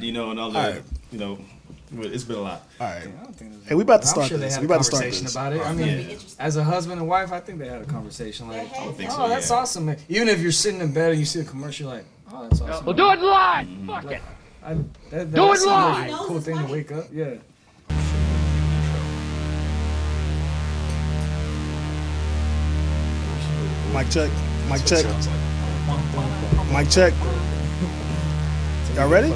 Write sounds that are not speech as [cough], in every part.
you know, and all All that. right. You know, but it's been a lot. All right. I don't think there's- Hey, we about to I'm start sure they this. had We a about to start conversation this. about Oh, it. I Yeah. mean, as a husband and wife, I think they had a conversation like, I think so, "Oh, that's yeah. awesome." man." Even if you're sitting in bed and you see a commercial, like, "Oh, that's awesome." Mm. Well, do it live. Fuck it. I, that, that, Do it seems like live! a Cool thing to wake up. Yeah. Mic check. Mic check. Mic check. Y'all ready?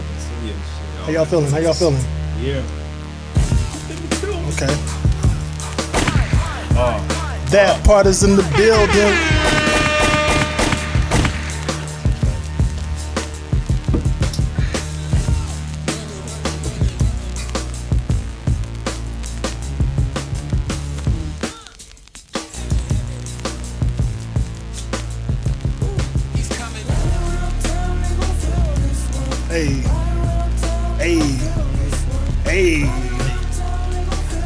How y'all feeling? How y'all feeling? Yeah. Okay. That part is in the building. Hey. Hey. Hey.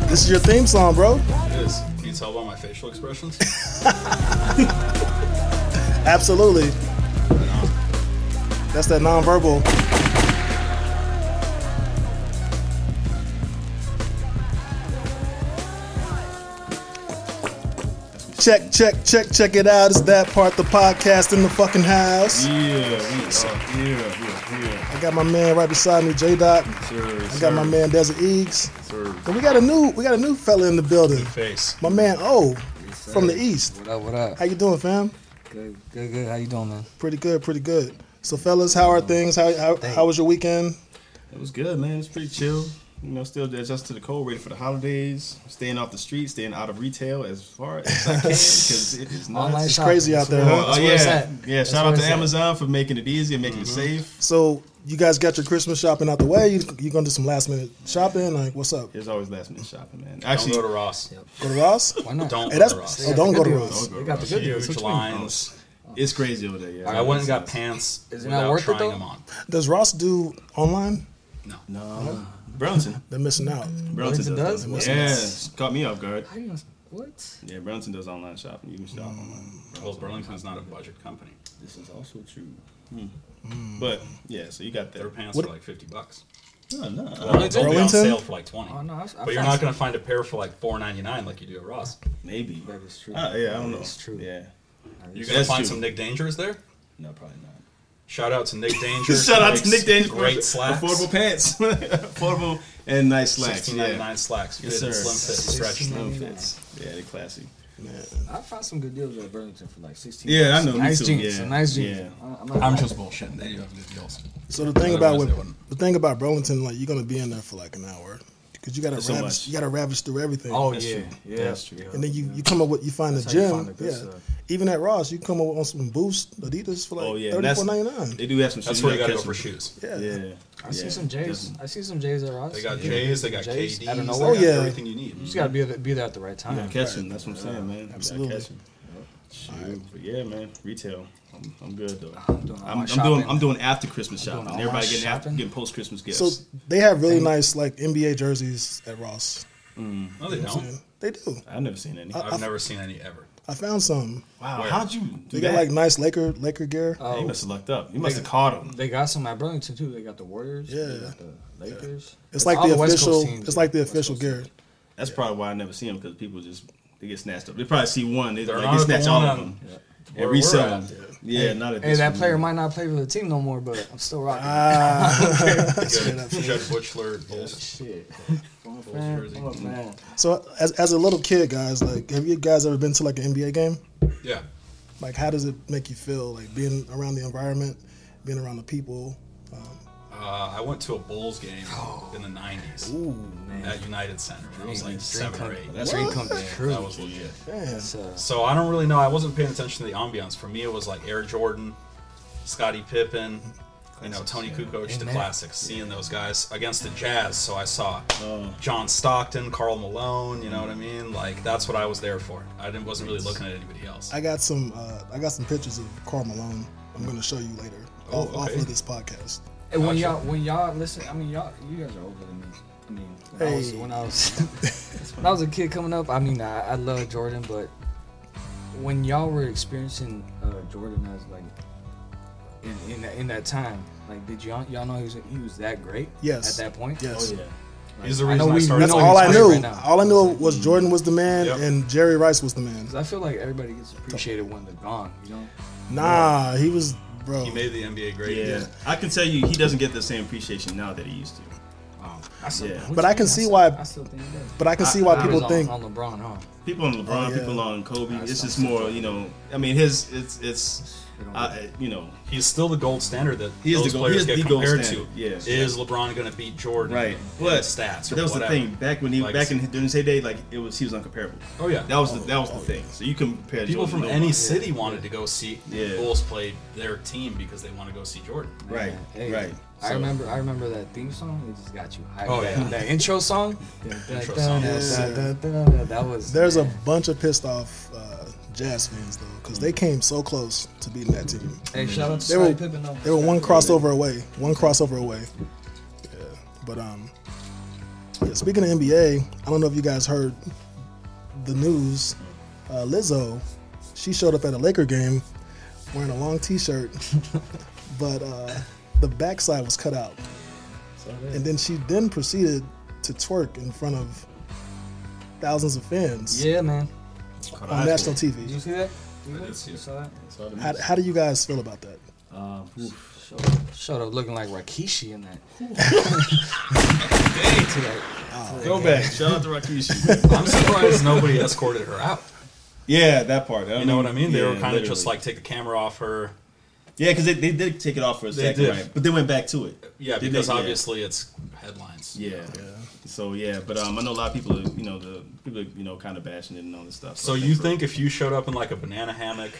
This is your theme song, bro. It is. Can you tell by my facial expressions? Absolutely. That's that nonverbal. Check, check, check, check it out. It's that part, the podcast in the fucking house. [laughs] yeah. We are here. We are here. I got my man right beside me, J Doc. Sir, I got my man Desert Eags. Sir. And we got a new, we got a new fella in the building. Face. My man O from the East. What up? What up? How you doing, fam? Good, good, good. How you doing, man? Pretty good, pretty good. So, fellas, how are things? How how, how was your weekend? It was good, man. It was pretty chill. You know, still adjusted to the cold, ready for the holidays, staying off the street, staying out of retail as far as I can because it is not. Online It's shopping, crazy out that's there, where- huh? Oh that's where it's yeah, at. yeah. That's Shout where out to it's at. Amazon for making it easy and making it safe. So, you guys got your Christmas shopping out the way. You you gonna do some last minute shopping? Like, what's up? There's always last minute shopping, man. Don't Actually, go to Ross. Go to Ross? Why not? Don't Hey, go that's to Ross. oh, don't go to Good Ross. deals. They got the good deals. Huge What you mean? lines. it's crazy over there. Yeah, I went and got pants Is it not without worth it, trying though? them on. Does Ross do online? No, Burlington. They're missing out. Burlington does. does? that. Yeah, it's caught me off guard. How you gonna- What? Yeah, Burlington does online shopping. You can shop Mm. online. Well, Burlington's not a budget company. This is also true. Hmm. Mm. But yeah, so you got Their there. pants are like 50 bucks. No, no, Well, it's only on Burlington? sale for like 20. Oh, no, I- I found but you're not some- going to find a pair for like 4.99 like you do at Ross. maybe. That is true. Ah, yeah, I don't know. That's true. Yeah, You're going to That's find true. some Nick Dangers there. no, probably not. Shout out [laughs] to Nick [laughs] Danger. Shout out to Makes Nick Daniels for Great slacks. affordable pants, [laughs] affordable and nice slacks. Yeah, 16.99 slacks. Good Yes, sir. slim fit, stretch. Slim fits. Yeah, they're classy. I found some good deals at Burlington for like sixteen. Yeah, I know. me Nice too. jeans, Yeah. some nice jeans. Yeah. I- I'm not- just bullshitting. They do have good deals. So the thing about Otherwise with, they wouldn't. the thing about Burlington, like you're gonna be in there for like an hour, cause you gotta There's so ravage, much. you gotta ravage through everything. Oh That's yeah, true. yeah, That's true. And then you, you come up with you find That's uh, a how you gym, find the good yeah. stuff. Even at Ross, you come up on some boots, Adidas for like Oh yeah, and thirty that's four ninety nine. They do have some. That's shoes. where you got to go catch for them. shoes. Yeah. Yeah, I see yeah, some J's. definitely. I see some J's at Ross. They got J's, they got J's? KDs, I don't know Mm. they what- got Oh, yeah. everything you need. You just gotta be there, be there at the Uh-huh. right time. Yeah, catch them. That's what I'm saying, man. Absolutely. Absolutely. Catch them. Shoot. But yeah, man. Retail. I'm, I'm good though. I'm doing all I'm, my I'm doing. shopping. I'm doing after Christmas shopping. all my Everybody getting after, shopping. getting post Christmas gifts. So they have really nice like NBA jerseys at Ross. No, they don't. They do. I've never seen any. I've never seen any ever. I found some. wow, Where? how'd you do They that? got like nice Laker Laker gear. Yeah, you Oh, must have lucked up. You must have caught them. they got some at Burlington too. They got the Warriors. Yeah. They got the Lakers. it's like all the, West Coast official. teams. It's like the official gear. That's probably why I never see them because people just they get snatched up. They probably see one. They, They're like, not they the snatch all one of on- them Where and we're resell [laughs] at. them. Yeah, not at Hey, this that one. player might not play for the team no more, but I'm still rocking. Ah. [laughs] Good. Judge Butchler, Bulls, Shit. Bulls jersey. Come on, man. So as, as a little kid, guys, like have you guys ever been to like an NBA game? Yeah. Like how does it make you feel? Like being around the environment, being around the people. Uh, I went to a Bulls game in the 90s at United Center. I was like seven or eight. That's Dream come true. that was legit. Man, It's, uh, So I don't really know. I wasn't paying attention to the ambiance. For me, it was like Air Jordan, Scottie Pippen, you know, Tony Kukoc, the Amen. classics. Seeing those guys against the Jazz. So I saw Oh. John Stockton, Carl Malone. You know what I mean? Like that's what I was there for. I didn't wasn't really looking at anybody else. I got some. Uh, I got some pictures of Carl Malone. I'm gonna show you later Oh, off, off okay. of this podcast. Hey, when y'all, when y'all listen, I mean y'all, you guys are older than me. I mean, when I was, Hey. when I was, when I was a kid coming up, I mean, I, I love Jordan, but when y'all were experiencing uh, Jordan as like in in that, in that time, Like, did y'all y'all know he was he was that great? Yes. At that point. Yes. He's the I know reason I, we- started. That's No, all he's I great knew. right now. all I knew was Jordan was the man Yep. and Jerry Rice was the man. 'Cause I feel like everybody gets appreciated when they're gone. You know. Nah, he was bro. He made the NBA great. Yeah. I can tell you he doesn't get the same appreciation now that he used to. I still, Yeah. But I can see why- I still think that. But I can see That why people was on, think on LeBron, huh? People on LeBron, Oh, yeah. people on Kobe. That's it's just not so more, you know. I mean, his it's it's, They don't- uh, you know, He's still the gold standard that He is those the gold- he players is get the gold compared to. standard, yes. Is LeBron going to beat Jordan? right. in But stats. Or That was whatever. the thing back when he Like- back in during his heyday, like it was he was uncomparable. Oh yeah, That was the that was the thing. So you can compare people Jordan from to any nobody. city wanted to go see Yeah. the Bulls play their team because they want to go see Jordan. right, Hey, right. I So- remember. I remember that theme song. It just got you hyped. Oh, That- yeah. That [laughs] intro song. Intro song. That was. there's a bunch of pissed off uh, Jazz fans though, because they came so close to beating that team. Hey, shout out to They were- Scottie Pippen. though. They were one crossover away. One crossover away. Yeah. But um yeah, speaking of NBA, I don't know if you guys heard the news. Uh, Lizzo, she showed up at a Laker game wearing a long t-shirt, but uh, the backside was cut out. And then she then proceeded to twerk in front of thousands of fans Yeah, man. on national Did you TV. see that? I did see You it. saw that? How, how do you guys feel about that? Showed up, showed up looking like Rakishi in that. [laughs] To that- Go back. Shout out to Rakishi. I'm surprised nobody escorted her out. [laughs] yeah, that part. You know what I mean? They yeah, were kind of just literally. like take the camera off her. Yeah, because they, they did take it off for a They second, did. right? But they went back to it. Yeah, Did because they? Yeah. obviously it's headlines. Yeah. So yeah, but um, I know a lot of people, you know, the people, you know, kind of bashing it and all this stuff. So you think if you showed up in like a banana hammock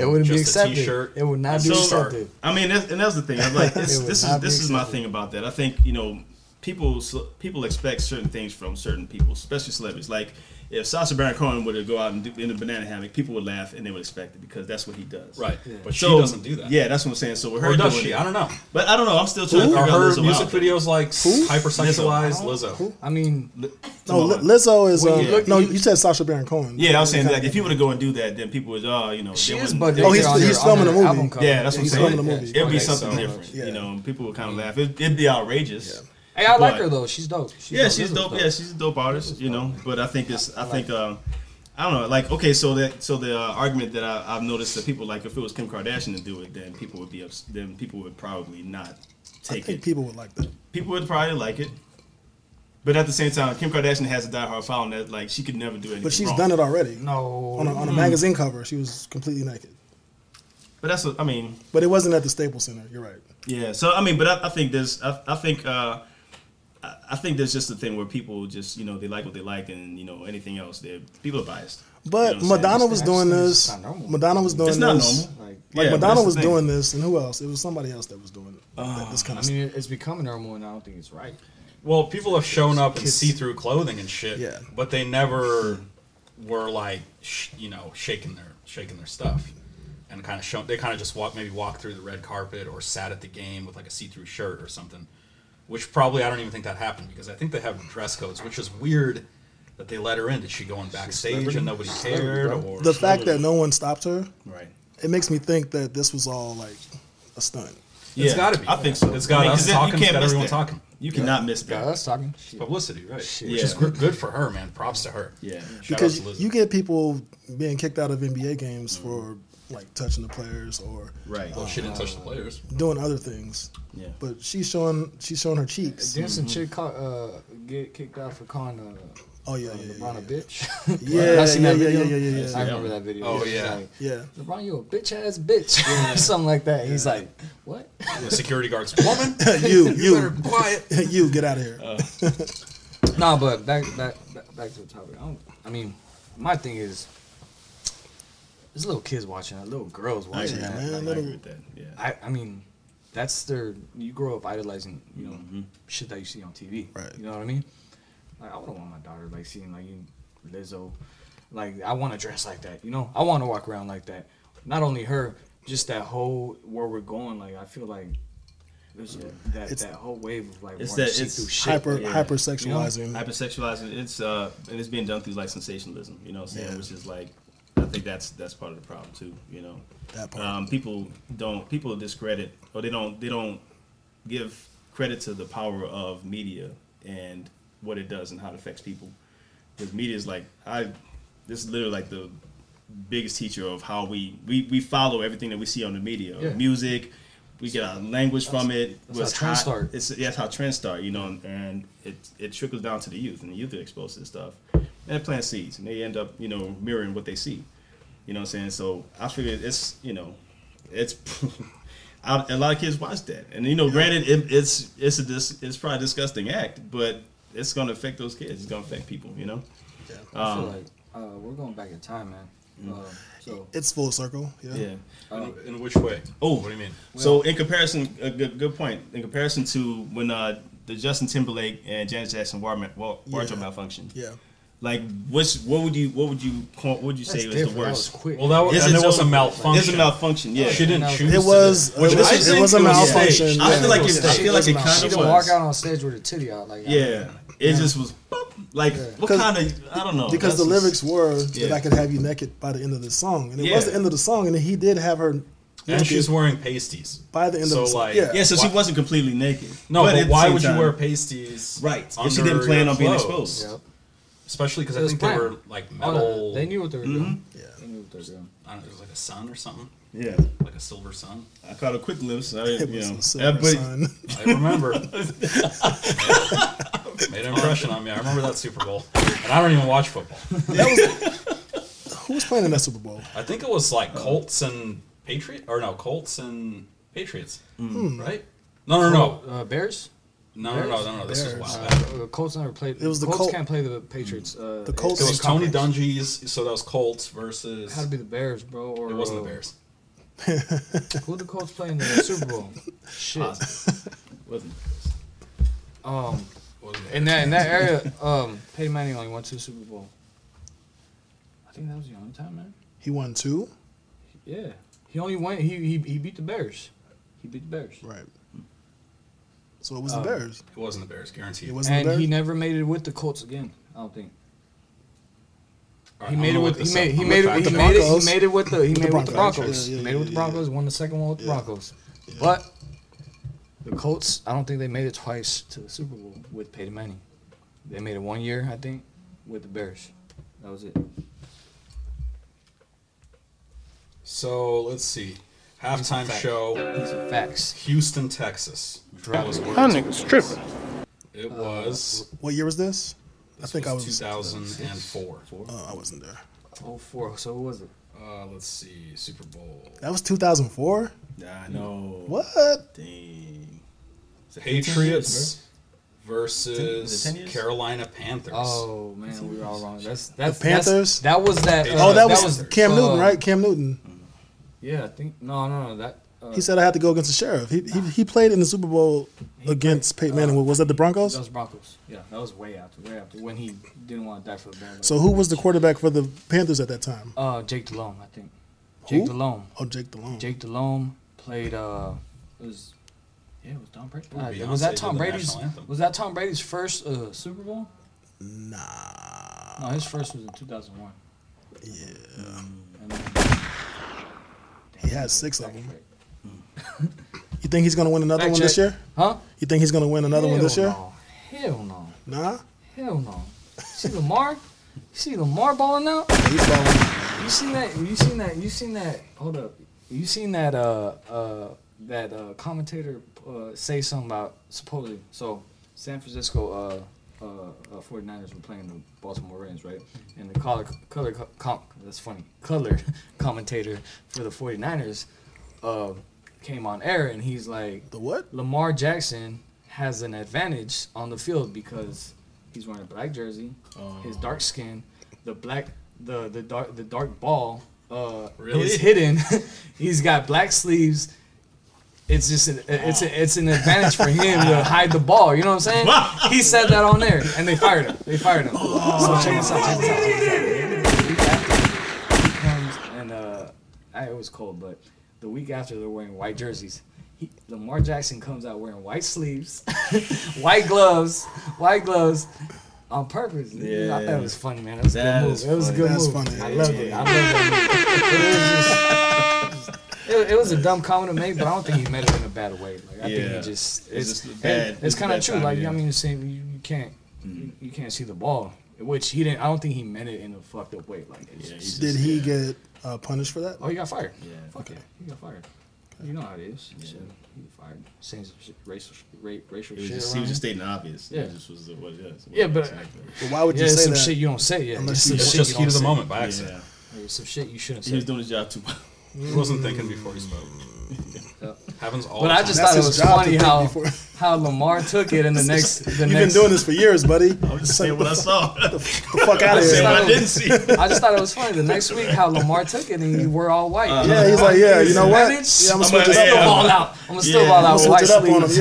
[laughs] It wouldn't be just a accepted. t-shirt, It would not and be some- accepted. I mean, that's, and that's the thing. I'm like, this, It would this is not be this is my accepted. thing about that. I think you know, people people expect certain things from certain people, especially celebrities. Like if Sacha Baron Cohen were to go out and do, in a banana hammock, people would laugh and they would expect it because that's what he does. right? But she So- doesn't do that. Yeah, that's what I'm saying. So with her Or does doing she? it- I don't know. But I don't know. I'm still trying to Are figure out her Lizzo music out. videos like hypersexualized Lizzo? I mean, No, Come Li- on. Lizzo is. When Um, you look- no, you said Sasha Baron Cohen. Yeah, I was saying like if you were to go and do that, then people would, oh, you know, she they is wouldn't- budgeted. Oh, he's- on he's her- on filming her a movie. album cover. Yeah, that's what I'm He's saying. filming a movie. It'd Okay, be something so- different. yeah. You know, people would Mm. kind of laugh. It'd, it'd be outrageous. Hey, I like But- her though. She's dope. She's Yeah, she's Lizzo's dope. Yeah, she's a dope artist. You know, but I think it's. I think. Um, I don't know. Like, okay, so that so the uh, argument that I, I've noticed that people like, if it was Kim Kardashian to do it, then people would be ups- Then people would probably not I take think it. people would like that. people would probably like it. But at the same time, Kim Kardashian has a diehard following that like she could never do anything. But she's wrong. Mm. done it already. No. On a, on a magazine cover, she was completely naked. But that's what I mean. But it wasn't at the Staples Center. You're right. Yeah. So I mean, but I, I think there's, I, I think, uh, I, I think there's just a thing where people just, you know, they like what they like, and you know, anything else, they are people are biased. But You know what I'm saying? Madonna It's- was that's- doing that's this. not normal. Madonna was doing It's not this. normal. Like, Like Yeah, but Madonna that's the was thing. Uh, doing this, and who else? It was somebody else that was doing it. this kind I of stuff. mean, it- it's becoming normal and I don't think it's right. Well, people have shown up in Kids. see-through clothing and shit, Yeah. but they never were like, sh- you know, shaking their shaking their stuff and kind of show. They kind of just walk, maybe walked through the red carpet or sat at the game with like a see-through shirt or something. Which probably I don't even think that happened because I think they have dress codes, which is weird that they let her in. Did she go in backstage and nobody cared? Or The fact that no one stopped her, Right. it makes me think that this was all like a stunt. It's gotta be. I think so. It's got us 'cause it- talking, it's got miss everyone that. talking. You cannot miss Yeah, that. that's talking. shit. publicity, right? Shit. Which is Yeah. gr- good for her, man. Props to her. Yeah. Shout out to Because Lizzo. you get people being kicked out of NBA games for like touching the players or Right. well, Oh, she didn't touch the [laughs] players. doing other things. Yeah. But she's showing she's showing her cheeks. Didn't some chick call, uh, get kicked out for calling uh, Oh yeah, uh, yeah, LeBron yeah. a [laughs] bitch? Yeah, I seen yeah, that yeah, video. yeah, yeah, yeah, yeah. I remember that video. Oh, She's yeah. like, yeah. LeBron, you a bitch ass bitch, [laughs] or something like that. He's like, what? The security guards, [laughs] woman, [laughs] [laughs] you, you better you, be quiet. [laughs] you, get out of here. Oh, no, but back back back- back to the topic. I, don't, I mean, my thing is, there's little kids watching that, little girls I watching agree, that. man. I Like, agree with that. Yeah. I, I mean, that's their. You grow up idolizing, you know, Mm-hmm. shit that you see on TV. Right. You know what I mean? Like, I wouldn't want my daughter like seeing like you, Lizzo. Like, I want to dress like that. You know, I want to walk around like that. Not only her, just that whole where we're going. Like, I feel like there's that It's- that whole wave of like It's wanting that- to see it's through shit. Hyper, yeah. hypersexualizing. Hypersexualizing. It's uh, and it's being done through like sensationalism. You know what I'm saying? Yeah. Which is like I think that's that's part of the problem too. You know, That part. um, people don't people discredit or they don't they don't give credit to the power of media and what it does and how it affects people. Because media is like I, this is literally like the biggest teacher of how we we, we follow everything that we see on the media, Yeah. music. We get our language from it. that's what's how trends hot. start. It's yeah, that's how trends start, you know, and, and it it trickles down to the youth, and the youth are exposed to this stuff, and it plants seeds, and they end up you know mirroring what they see, you know what I'm saying? So I figure it's you know, it's [laughs] I, a lot of kids watch that, and you know, granted, it, it's it's a dis, it's probably a disgusting act, but it's gonna affect those kids. It's gonna affect people, you know. I feel Um, Mm-hmm. like uh, we're going back in time, man. Um, Uh, so It's full circle. Yeah. yeah. uh, In, in which way? Oh, What do you mean? So in comparison, a good, good point. In comparison to when uh, the Justin Timberlake and Janet Jackson war, war, wardrobe Yeah. malfunction. Yeah. Like what's what would you what would you call, what would you say That's was different. the That was worst? quick. Well, that was, It's and its there was a own- malfunction. It's a malfunction. Yeah. She didn't It choose. It to was. do it. Which it was, I it was a think was a malfunction. mistake. I yeah. feel like it, I feel like it she kind of didn't walk out was. on stage with a titty out. Like Yeah. It just was boop. like what Because- kind of I don't know because the That's just- lyrics were that yeah. I could have you naked by the end of the song, and it was Yeah. the end of the song, and he did have her And she's naked wearing pasties. by the end of so, the song. like, yeah, Yeah, so she Why- wasn't completely naked. No, but, at the why same would time- you wear pasties? right? If she under didn't plan your on being clothes? exposed. Yep. Especially because It I was think they planned. were like Oh, metal. they knew what they were doing. Mm-hmm. they knew what they were doing. I don't know, it was like a sun or something, Yeah, like a silver sun. I caught a quick glimpse. I, it didn't- you was know, a uh, silver but sun. I [laughs] remember. Made an impression on me. I remember that Super Bowl, and I don't even watch football. [laughs] Who was playing in that Super Bowl? I think it was like Colts and Patriot, or no, Colts and Patriots, Hmm. Hmm. right? No, no, no, Uh, Bears. no, no, no, no, no. This was a while back. Uh, Colts never played. It was the Colts Col- can't play the Patriots. Uh, The Colts- It was Tony conference. Dungy's. So that was Colts versus. It had to be the Bears, bro. Or It wasn't uh, the Bears. Who the Colts play in the [laughs] Super Bowl? Shit. wasn't Um, It wasn't the in that in that area, um, Peyton Manning only went to the Super Bowl. I think that was the only time, man. [laughs] He won two, Yeah, he only went. He he, he beat the Bears. He beat the Bears. right? So it was Um, the Bears. It wasn't the Bears, guaranteed. It wasn't the And Bears. he never made it with the Colts again. I don't think All he I'm made it gonna with look he this made up. he I'm made gonna it he fact made it he Broncos. made it with the he With the made it with the Broncos. Broncos. Yeah, yeah, He made it with the yeah, yeah. Broncos. Won the second one with the Yeah. Broncos. But the Colts, I don't think they made it twice to the Super Bowl with Peyton Manning. They made it one year, I think, with the Bears. That was it. So let's see. Halftime fact. show, These are facts. Houston, Texas. That was where That nigga's tripping. it was. what year was this? I think I was. 2004. Oh, I wasn't there. Oh four. So who was it? Uh, let's see, Super Bowl. That was 2004. I know. What? Dang. Is it 15 years, Patriots Is it versus 10 years? Carolina Panthers. Oh man, we were all wrong. That's that's The Panthers? That's, that was that. uh, Oh, that was, was- Cam uh, Newton, right? Cam Newton. Yeah, I think no, no, no. That uh, He said I had to go against the sheriff. He he, he played in the Super Bowl against Peyton Manning. was that the Broncos? uh, that was Broncos. Yeah, that was way after, way after when he didn't want to die for the Bears. So who was the quarterback for the Panthers at that time? Uh, Jake Delhomme, I think. Who? Jake Delhomme. Oh, Jake DeLong. Jake Delhomme played. Uh, it was yeah, it was Tom Brady. Ooh, Uh, was Beyonce that Tom did the Brady's? national anthem. Was that Tom Brady's first uh, Super Bowl? Nah. No, his first was in 2001. Yeah. And then- He has six of them. You think he's gonna win another Fact one this check. year? Huh? You think he's gonna win another one this Hell year? no. Hell no. Nah. Hell no. You see Lamar? You see Lamar balling out? He's balling. You seen that? You seen that? You seen that? Hold up. You seen that? Uh, uh, that uh, commentator uh, say something about supposedly. So San Francisco uh, uh, uh, 49ers were playing the Baltimore Ravens, right? And the color color co- com that's funny. Color [laughs] commentator for the 49ers uh, came on air and he's like, The what? Lamar Jackson has an advantage on the field because he's wearing a black jersey, his dark skin, the black the the dark the dark ball uh Really? is hidden. [laughs] he's got black sleeves. It's just an, it's a, it's an advantage for him to hide the ball. You know what I'm saying? He said that on there, and they fired him. They fired him. so check this out. Check this out. Check this out. The week after, he comes and uh, I, it was cold, but the week after they're wearing white jerseys. He, Lamar [laughs] Jackson comes out wearing white sleeves, white gloves, white gloves, on purpose. Yeah. I thought it was funny, man. That was That a good is move. It was a funny. That's good move. funny. I loved it. I Yeah. loved that move. It was just- just- It, it was a dumb comment to make, but I don't think he meant it in a bad way. Like I think Yeah. he just It's it's just and bad- It's it's kind of bad true. timing, Like yeah. Mm-hmm. I mean, the same. You, you can't you, you can't see the ball, which he didn't. I don't think he meant it in a fucked up way. Like it's Yeah, just, he's Did just- he yeah. get uh, punished for that? oh, he got fired. Yeah. Fuck it, he got fired. You know how it is. Yeah. Shit, He got fired. Same shit, racial ra- racial It was shit. just, he around was just him. stating the obvious. Yeah. Yeah. It just was what it is. Yeah, but- Exactly. But why would you Oh, yeah, it's say some that? shit you don't say. Yeah, unless it's you- some It's shit just you heat don't of the say. moment by accident. Yeah. Yeah, Some shit you shouldn't He say. was doing his job too well. He wasn't thinking before he spoke. Happens all But the I time. just That's thought it his was job to funny think how before. how Lamar took it, and the next the You've next. been doing this for years, buddy. I was just [laughs] saying what I saw. the fuck [laughs] out I of said here. what Yeah. I didn't see. Yeah, I just thought it was funny. The next week, how Lamar took it, and you were all white. Yeah, he's like, yeah, you know what? That Yeah, bitch. I'm gonna I'm switch a- it Still yeah. up. on ball out. I'm gonna still Yeah. ball I'm gonna out. switch White it up on him. sleeves.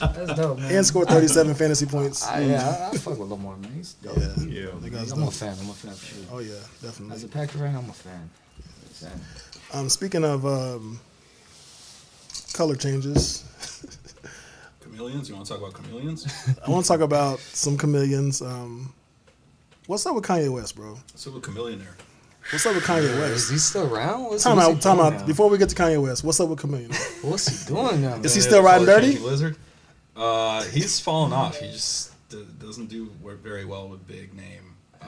Yeah, That's dope, [laughs] man. and scored 37 fantasy points. I, yeah, I, I fuck with Lamar, man. He's dope. Yeah, man. that guy's I'm a dope. fan. I'm a fan. For sure. Oh yeah, As definitely. a Packer fan, I'm a fan. Fan. Um, speaking of um, color changes, chameleons. You want to talk about chameleons? I want to talk about some chameleons. Um, what's up with Kanye West, bro? Let's talk about chameleon there. What's up with Kanye Is West? he still around? What's, Time what's he out, time doing out. now? Before we get to Kanye West, what's up with chameleon? What's he doing now? Is man? he still riding Color dirty? changing Lizard. Uh, he's fallen off. He just d- doesn't do wor- very well with big name uh,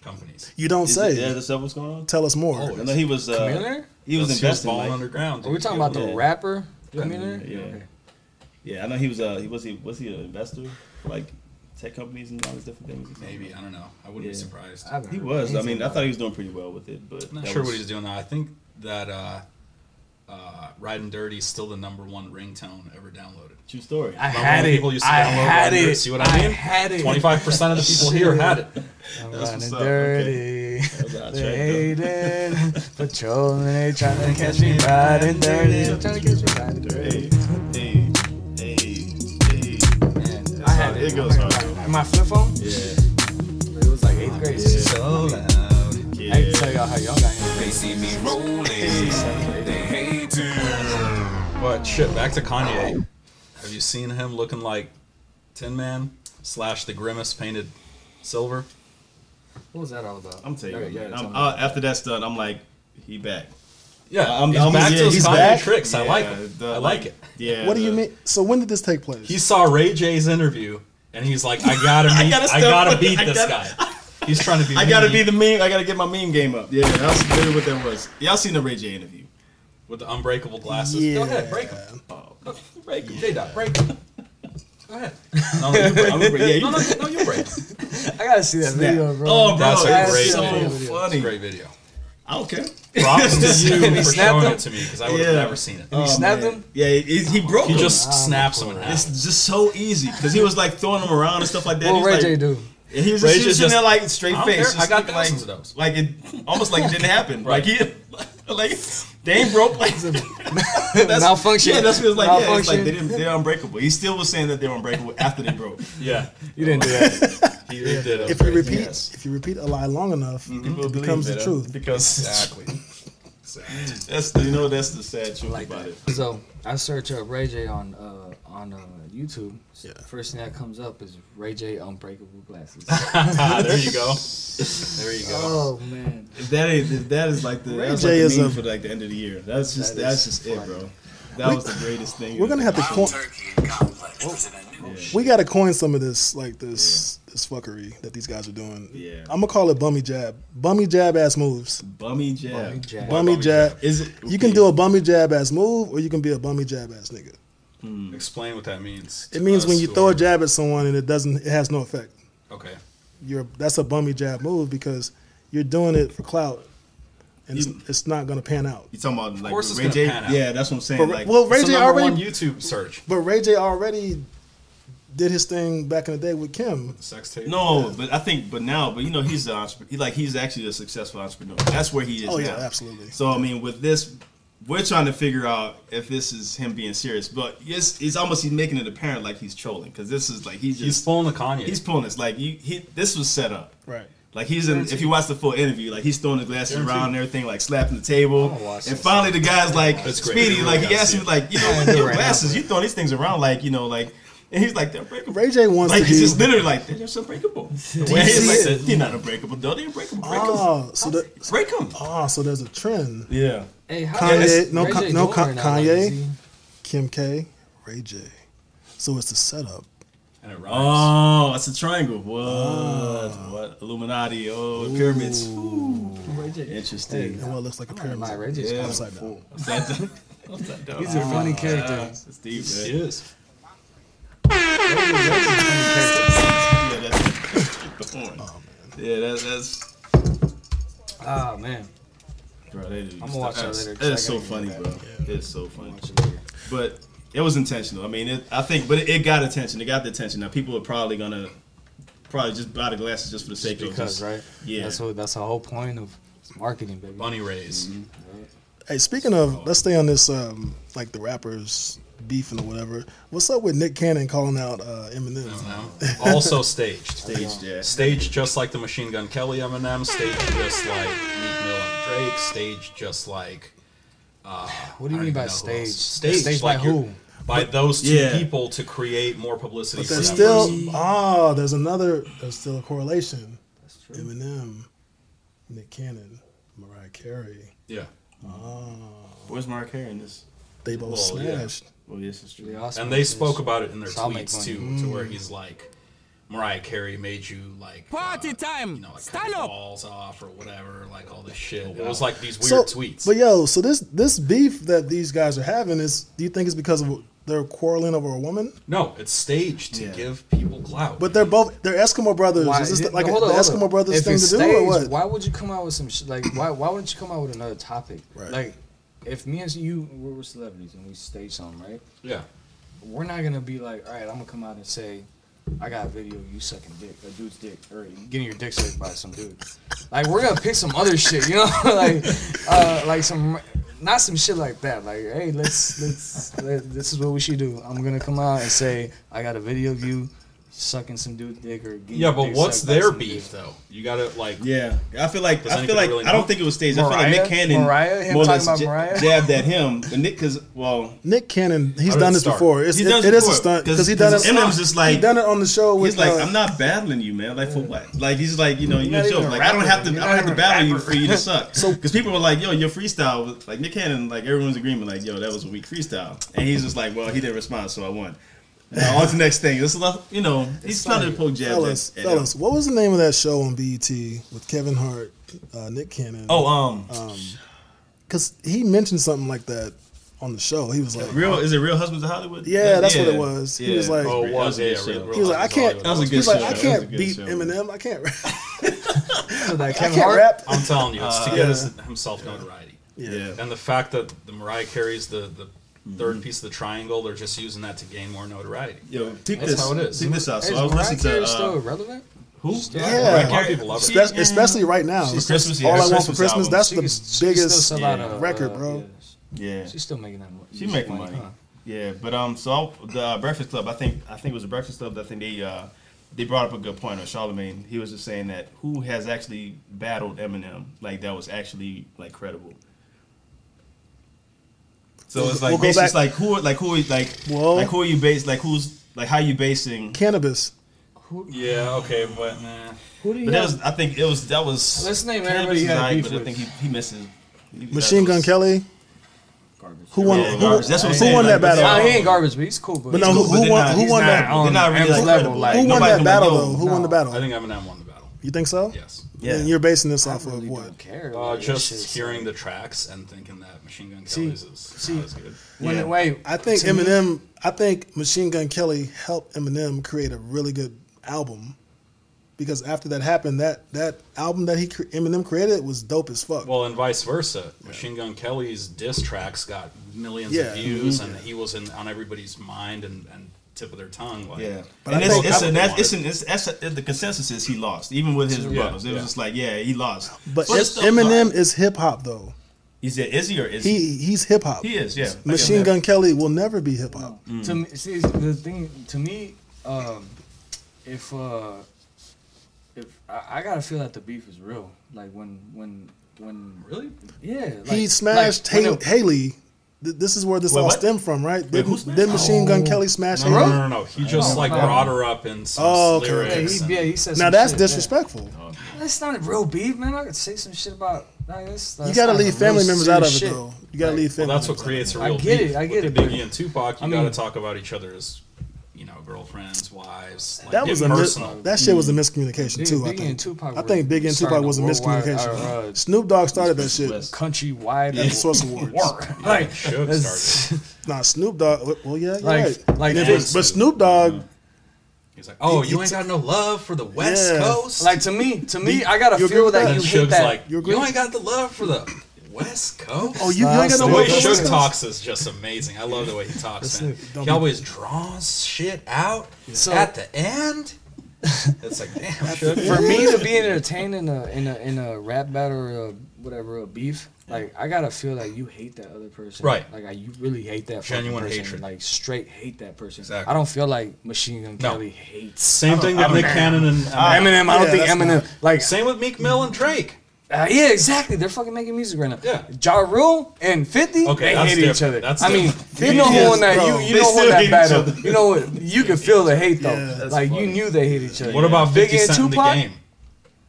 companies. You don't Is say. it- Oh, yeah, that's what's going on. Tell us more. I know he was. Uh, Chameleon? he was That's- investing. falling Like, underground. Are we dude. talking about the Yeah. rapper? Chameleon? yeah, yeah, I know he was. Uh, he was he was he an investor for like tech companies and all these different things. or something? Maybe I don't know. I wouldn't be Yeah. surprised. I haven't He heard was. I anything mean, I about thought it. he was doing pretty well with it, but I'm not that sure was- what he's doing now. I think that uh, uh, "Riding Dirty" is still the number one ringtone ever downloaded. True story. I Remember had when it. people used to I download had Riding Dirty? it. See what I mean? had it. Twenty-five percent of the people here had it. I'm That's running what's up, dirty. That was out of They track, hate though. it. Patrolling, they trying to catch me riding dirty. Trying to catch me riding dirty. Hey, hey, hey, hey. Man, I That's had how it. it goes, huh? In my flip phone, Yeah. it was like eighth grade. So loud. I Yeah. can tell y'all how y'all got here. But shit, back to Kanye. Have you seen him looking like Tin Man slash the Grimace painted silver? What was that all about? I'm telling you, Yeah, yeah, tell I'm, me. uh, after that's done, I'm like, he back. Yeah, I'm- he's I'm- back yeah, to his he's Kanye back. tricks. I like Yeah, it. the, I like it. Yeah. What do you the- mean? So when did this take place? He saw Ray J's interview and he's like, I gotta meet, I gotta gotta, step with- beat I this gotta- guy. He's trying to [laughs] be. I gotta me be the meme. I gotta get my meme game up. Yeah, that's literally what that was. Y'all seen the Ray J interview? with the unbreakable glasses. Yeah. Go ahead, break him. Oh, Break him. J Dot, break him. Go ahead. no, you break- I'm break- yeah, you No, no, no, you break. him. I gotta see that video, bro. Oh, bro, That's a that's great so video. It's a funny. great video. I don't care. Props to He you for snapped showing him? it to me because I would have Yeah. never seen it. Oh, snapped man. him? Yeah, he, he broke He him. just snaps him in half. It's just so easy because he was like throwing him around and stuff like that. What He's Ray like, J [laughs] do? And he was Ray just, he was J sitting just- there like straight I don't face. care. just I got like- thousands of those. Like it, almost like it didn't [laughs] happen. Like Right. he, [laughs] like they ain't broke. Like [laughs] that's, Malfunction. Yeah, that's what it's like. Yeah, it's like they Malfunction. didn't. They're unbreakable. He still was saying that they were unbreakable after they broke. Yeah, You didn't do that. he, he did it. if you [laughs] repeat, Yes. if you repeat a lie long enough, People it believe becomes it, the uh, truth. Because Exactly. Exactly. that's the, you know that's the sad truth like about that. it. [laughs] So I search up Ray J on uh, on uh, YouTube. Yeah. First thing that comes up is Ray J Unbreakable Glasses. Ah, there you go. There you go. oh man, If that is if that is like the Ray that's J like is the meme a- for like the end of the year. That's just That that's is just it, funny. bro. That was the greatest thing. We're gonna have to coin. We gotta coin some of this, like this, this fuckery that these guys are doing. Yeah. I'm gonna call it bummy jab, bummy jab ass moves, bummy jab. Bummy jab. bummy, jab. Is it? You can do a bummy jab ass move, or you can be a bummy jab ass nigga. Explain what that means. to It means us when you who throw are- a jab at someone and it doesn't, it has no effect. Okay. You're that's a bummy jab move because you're doing it for clout, and it's, You- it's not gonna pan out. You talking about like course it's Ray gonna J? pan out. Yeah, that's what I'm saying. But, like, well, Ray It's the J number one already, YouTube search. but Ray J already did his thing back in the day with Kim. Sex tape. No, but I think, but now, but you know, he's an entrepreneur. He, like he's actually a successful entrepreneur. That's where he is. Oh, yeah, now. absolutely. So I mean, with this, we're trying to figure out if this is him being serious. But it's, it's almost he's making it apparent like he's trolling because this is like he's he's just pulling the Kanye. he's, pulling this. Like you, he this was set up. Right. Like he's in, if you watch the full interview, like he's throwing the glasses around and everything, like slapping the table. gonna watch And this. finally, the guy's like, That's great. "Speedy," You really like he gotta asked see him, it. like, "You know, I with do your right now, glasses, bro. you throwing these things around, like you know, like." And he's like, they're breakable. Ray J wants Like to be. he's just literally like, they're just unbreakable. The way he's see like, it? that, they're not unbreakable, though. They're unbreakable. Break 'em. oh, so the, Break them. oh, so there's a trend. Yeah. Hey, how Kanye- is no Ray Ka- J no doing Ka- right now? Like, Kanye? is he- Kim K, Ray J. So it's the setup. And it rhymes. Oh, it's a triangle. What? What? Illuminati. Oh, pyramids. Ooh. Ray J. Interesting. And what looks like a pyramid. Like, Ray J's kind of Upside down. What's that? [laughs] What's that dog? He's a funny character. It's deep, It man. is. Yeah, that's [laughs] the horn. Oh, Yeah, that, that's. Ah man. Bro, that is, I'm I'ma watch that later, 'cause That is I so gotta funny, get bro. It's so funny. But it was intentional. I mean, it, I think, but it, it got attention. It got the attention. Now people are probably gonna probably just buy the glasses just for the sake of Because just- right. Yeah. That's what. That's the whole point of it's marketing, baby. Bunny rays. Hey, speaking of, let's stay on this, um, like the rappers beefing or whatever. What's up with Nick Cannon calling out uh, Eminem? No. Also staged. Staged, yeah. Staged just like the Machine Gun Kelly Eminem. Staged just like Meek Mill and Drake. Staged just like. What do I you don't mean even by know who stage? else. Staged, Staged by like you're- who? By those two yeah. people to create more publicity. But for there's that still person. ah, there's another. There's still a correlation. Eminem, Nick Cannon, Mariah Carey. Ah, Yeah. Where's Mark Harry this? They both Well, yeah. slashed. Well, yes, it's true. They all And they smoke spoke this. about it in their So I'll make tweets money. too, to where he's like, Mariah Carey made you like Party uh, time. you know, like cut Stand your up. balls off or whatever, like all this shit. It was like these So, weird tweets. but yo, so this this beef that these guys are having is, do you think it's because of they're quarreling over a woman? no, it's staged to Yeah. give people clout. But they're both they're Eskimo brothers. Why- Is this the- like hold the on, hold Eskimo on. brothers If thing to it's do or what? staged, Why would you come out with some shit? Like, why why wouldn't you come out with another topic? Right. Like, if me and you we were celebrities and we stage something, right? yeah. We're not gonna be like, all right, I'm gonna come out and say, I got a video of you sucking dick, a dude's dick, or getting your dick sucked by some dude. Like, we're gonna pick some other shit, you know? [laughs] like, uh, like some. Not some shit like that. Like, hey, let's let's let, this is what we should do. I'm gonna come out and say I got a video of you sucking some dude's dick or getting Yeah, your but dick what's sucked by their some beef dude. though? You gotta like Yeah, I feel like Does I feel anybody like really I don't know? think it was staged. I feel Mariah? like Nick Cannon Mariah? Him more or talking less about ja- Mariah? jabbed at him. But Nick, because well, Nick Cannon, he's did done it this start? before. It's, He's it- done this it is a before. stunt 'Cause- because he done 'cause it. Eminem's just like- he done it on the show with he's like, uh, I'm not battling you, man. Like for what? Like he's like, you know, you're, not a even joke. a Like I don't rapper. have to, I You're don't have not to even a battle you rapper. for you to [laughs] suck. So because people were like, yo, your freestyle, was, like Nick Cannon, like everyone's agreement, like yo, that was a weak freestyle, and he's just like, well, he didn't respond, so I won. Now, on to the next thing. This is like, you know, he's trying to poke jabs. fellas, at- at fellas, what was the name of that show on BET with Kevin Hart, uh, Nick Cannon? Oh, um, Uh, because he mentioned something like that on the show. He was like, real is it Real Husbands of Hollywood? Yeah, that's what it was. He was like- Oh, it was, That yeah, a good Real- show. Real he was like, I Husbands can't. Hollywood. That was a he good was like, show. I That was a can't good beat show. Eminem. I can't. [laughs] rap. Like I Kevin can't Hart? rap. I'm telling you, it's to Yeah. get his, himself notoriety. Yeah. Yeah. And the fact that the Mariah Carey's the, the third piece of the triangle, they're just using that to gain more notoriety. Yo, peep That's this. how it is. Peep this out. So Is I was Mariah listening to Carey uh, still relevant? Who? Yeah. Mariah Carey, people love her. She- Espe- especially right now. For Christmas, yeah, All her I want for Christmas Christmas. album. That's She the can- she can biggest. still sell out a, record, uh, bro. Yeah. She's still making that money. She making money. huh? Yeah, but um, so I, the uh, Breakfast Club, I think I think it was the Breakfast Club. I think they uh, they brought up a good point on Charlemagne. He was just saying that who has actually battled Eminem like that was actually like credible. So it's like We'll go basically it's back- like who are- like who are- like Well- like who are you based like who's like how you basing? Cannabis. Yeah, okay, but nah. Who do you But that have? was I think it was that was Let's name Cannabis everybody he is had alright, beef but I with. think he he misses he- Machine that Gun was- Kelly. Garbage. Who won? Yeah, who, garbage. That's what I'm who saying, won like, that but battle? Nah, that's- he ain't garbage, but he's cool. But, But no, he's who, But who they're won? not- Who he's won not- that? They're not really Amherst like level, credible. like, Who won Nobody that gonna battle know. though? Who won the I battle? think Eminem won the battle. You think so? Yes. Yeah. And you're basing this off really of what? don't care. Uh, like, just that shit's- hearing the tracks and thinking that Machine Gun Kelly's is see. not as good. When Yeah. it, wait, I think to me- Eminem. I think Machine Gun Kelly helped Eminem create a really good album, because after that happened, that that album that he cre- Eminem created was dope as fuck. Well, and vice versa. Machine Gun Kelly's diss tracks got millions Yeah. of views, and he was in on everybody's mind and, and tip of their tongue. Like, Yeah, But and I it's, think- it's, a, that's, it's, an, it's, that's a, the consensus is he lost, even with his Yeah, brothers. It yeah. was just like, yeah, he lost. but But Em- still, Eminem like, is hip hop though. he said, is he or is he? He he's hip hop. He is, yeah. I Machine give him Gun Kelly will never be hip hop. To me, see, the thing to me, um, if uh, if I, I gotta feel that the beef is real, like when when when Really? yeah, like, he smashed like, when Hal- it- Haley th- this is where this Wait, all what? stemmed from, right? Wait, Did who did smashed- Machine Gun Kelly smash No, no, Hailey? no, no, no. He just Oh, like wow. brought her up in some Oh, okay, lyrics. okay. He, and- yeah, he said Now some that's shit, yeah. disrespectful. That's not a real beef, man. I could say some shit about. Like, that's, You that's gotta not leave real family members out of it serious shit. though. You gotta Like, leave Well, family. that's what members out of it. creates a I real get beef. it, I with get the it, but- Biggie and Tupac, you I got mean- to talk about each other's, you know, girlfriends, wives. Like, That get was a mis- personal. that shit was a miscommunication Big- too. I Biggie and think. Tupac I were think Big and starting Tupac a was a worldwide- or, miscommunication. uh, Snoop Dogg started that shit. West. Countrywide The Source [laughs] Awards. war. [laughs] Like, Should have that's- started. Nah, Snoop Dogg. Well, yeah, you're Like- right. like- And if it's- but Snoop Dogg. He's like, oh, He- you he ain't t- got no love for the West Yeah. Coast. [laughs] like to me, to me, I you gotta agree feel with that, that? you and hit Suge's that. like, You you, agree? ain't got the love for the West Coast. Oh, you, you ain't got no the Snoop way way. Dogg. Suge talks is just amazing. I love the way he talks. Man. don't He always draws shit out So- at the [laughs] end. It's like, damn, Suge. for me [laughs] to be entertained in a in a in a rap battle or a, whatever a beef, like I gotta feel like you hate that other person, Right. Like I, you really hate that fucking Genuine person. hatred. like straight hate that person. Exactly. I don't feel like Machine Gun No. Ah, Kelly hates Same thing with Nick Cannon and Eminem. I yeah, don't think that's Eminem like Same with Meek Mill and Drake. uh, yeah, exactly. They're fucking making music right now. Yeah. Ja Rule and Fifty, Okay, they that's hate each different. other. That's I mean, different. you know who Yes, won that? bro. You, you They know who won still hate that each battle? other. You know what? You could feel the hate though. Yeah, that's like you funny. knew they hate each other. What about Biggie 50 and Cent in the Tupac? game?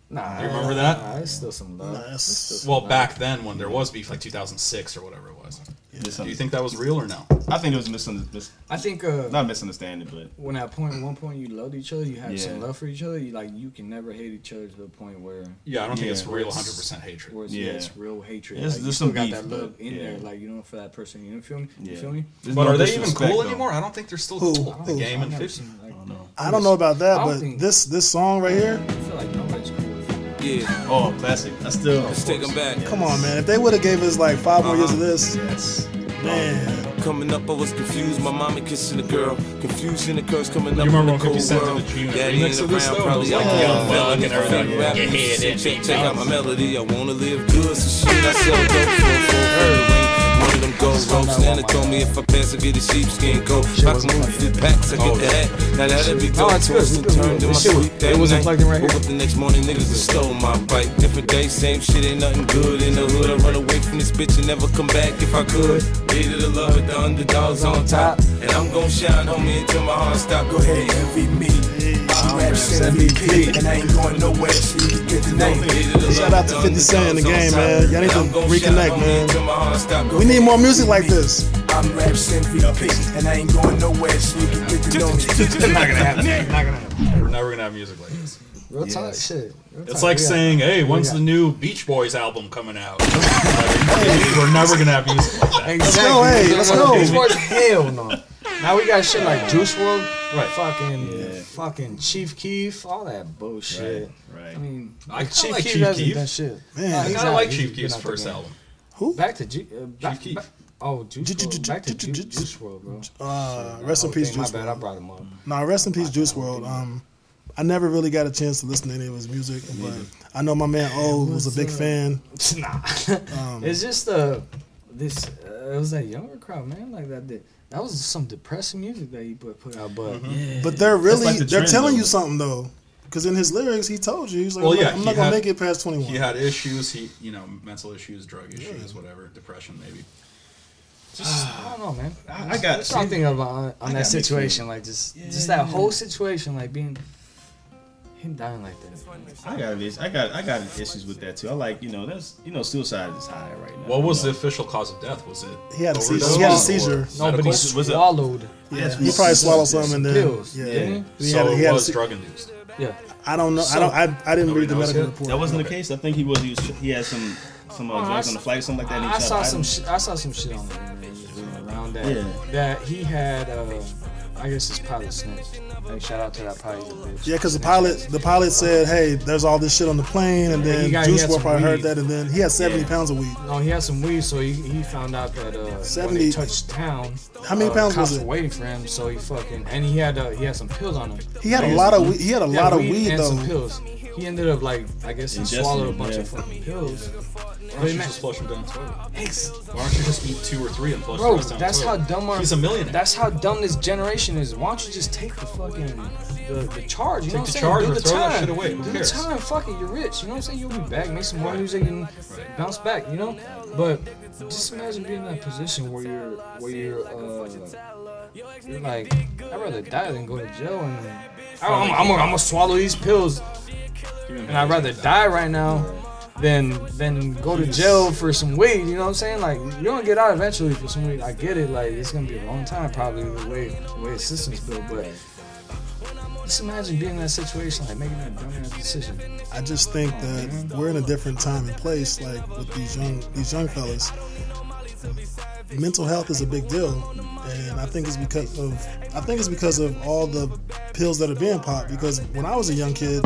Nah, You remember that? Nah, it's still some love. Nah, It's still that's- some Well, love. back then when there was beef, like 2006 or whatever it was. Do you think that was real or no? I think it was misunderstanding. Mis- I think uh, not misunderstanding, but when at point one point you loved each other, you had some Yeah. love for each other. You like you can never hate each other to the point where Yeah, I don't think Yeah. it's real 100% hatred. where it's, Yeah. it's real hatred. There's- like, you there's still some got beef, that love but, in there, yeah. like you know, for that person. You know, feel me? You Yeah. feel me? There's But no are they even disrespect, cool though. anymore? I don't think they're still Who- cool. who? The game I've and never 50. seen, like, I don't know about that, I don't but think- this this song right here. I feel like nobody's cool with that. Yeah, Oh, classic. I still. let's take 'em back. Come on, man. If they would have gave us like five more years of this, Yes. man. Coming up, I was confused. My mommy kissing a girl. Confusing the curse coming up. remember when in 50 Cent did cold world. the Junior Daddy remix ain't of this, around, though? Probably It was like like young Young felon Buck and and everything. everything. Yeah. Rap Yeah, music, that check, beat check out my melody. I wanna live good. So shit, I sell dope for a full heroin. One of them gold ropes. Nana told me if I pass, I get a sheepskin coat. If I can move the packs, I get the hat. Now that'd be dope. Oh, it's good, it's Tossed and good, turned in it's my good. sleep that It wasn't night. plugged in right here. Woke up the next morning, niggas that stole my bike. Different day, same shit, ain't nothing good in the hood. I run away from this bitch and never come back if I could. Needed the love with the underdogs on top. And I'm gon' shine, homie, until my heart stop. Go ahead, envy me. I'm Raps MVP, and I ain't going nowhere. So you can get the name. Shout out to 50 Cent in the game, man. Y'all need to And I'm gon' shine, reconnect, homie, man. until my heart stop. Go We need ahead, more envy music like me. this. I'm Raps MVP, and I ain't going nowhere. So you can get the name. Not gonna happen. Not gonna happen. We're never gonna have music like this. Real talk, shit. Real It's talk, like we got- saying, "Hey, when's yeah. the new Beach Boys album coming out?" [laughs] Like, We're never gonna have music like that. Exactly. go, hey, let's go. Juice WRLD, hell no. Now we got shit like Juice World, right? Fucking, fucking Chief Keef, all that bullshit. Right. I mean, I kinda Chief like Keef Chief hasn't Keef. done shit. Man. Nah, I he's kind of out. like He's- he's Chief been Keef's out the first game. album. Back to Ju- uh, back, Keef. back- Oh, Juice Ju- ju- ju- WRLD. Back to ju- ju- Ju- ju- Juice WRLD, bro. Uh, rest in Oh, peace, dang, my Juice bad, I WRLD. brought him up. Nah, rest in peace, Juice WRLD. Um, I never really got a chance to listen to any of his music, but I know my man O was a big fan. Mm. [laughs] Nah, Um, it's just uh, this. Uh, it was that younger crowd, man. Like that. That, that was some depressing music that he put put out, but. Mm-hmm. But they're really like the they're trend, telling though. you something though, because in his lyrics he told you he's like, Well, I'm, yeah, not, I'm he not gonna had- make it past 21. He had issues. He, you know, mental issues, drug issues, whatever, depression maybe. I don't know, man. I- I got- That's what I'm thinking about on, on that got mixed situation, like just just that whole situation, like being him dying like that. I got this. I got. I got issues with that too. I like. You know. That's. You know. Suicide is high right now. What was the you official cause of death? Was it? He had a seizure. overdose He had a or seizure. No, medical- but he was it- swallowed know? Yeah, Yes, he probably swallowed some and then pills. yeah. didn't He so had a, he it had a, was se- drug induced. he? Yeah. I don't know. I don't. I, I didn't Nobody read the knows medical yet? report. That wasn't the case. I think he was. He, was, he had some. Some uh, Oh, I drugs on saw- the flight or something like that. and he I shot- saw some. don't- Sh- I saw some shit on the internet just going around that. Yeah. That he had. Uh, I guess his pilot snitched. Hey, shout out to that pilot bitch. Yeah, because the pilot, the pilot said, "Hey, there's all this shit on the plane," and he then got- he Juice had WRLD some probably heard weed. that, and then he had 70 Yeah. pounds of weed. No, he had some weed, so he, he found out that uh, when 70 he touched town, How many uh, pounds cops was it? were waiting for him, so he fucking and he had uh, he had some pills on him. He had a Yeah. lot of weed. He had a Yeah, lot of weed and though. Some pills. he ended up like I guess he Ingesting swallowed a it, bunch yeah. of fucking pills. Why don't you just flush him down the toilet? Why don't you just eat two or three and flush the Bro, rest down that's the how toilet? dumb our He's a millionaire. That's how dumb this generation is. Why don't you just take the fucking the, the charge? You know what Take the I'm charge saying? or Do the throw that time. shit away. Who Do cares? the time. Fuck it. You're rich. You know what I'm saying? You'll be back. Make some more Right. music and Right. bounce back. You know. But just imagine being in that position where you're where you're uh you're like I'd rather die than go to jail and I- I'm, I'm, I'm gonna swallow these pills and I'd rather die right now than than go to jail for some weed. You know what I'm saying? Like you're gonna get out eventually for some weed. I get it. Like it's gonna be a long time probably the way the way the system's built. But just imagine being in that situation, like making that dumb ass decision. I just think that we're in a different time and place, like with these young these young fellas. Mental health is a big deal, and I think it's because of I think it's because of all the pills that are being popped. Because when I was a young kid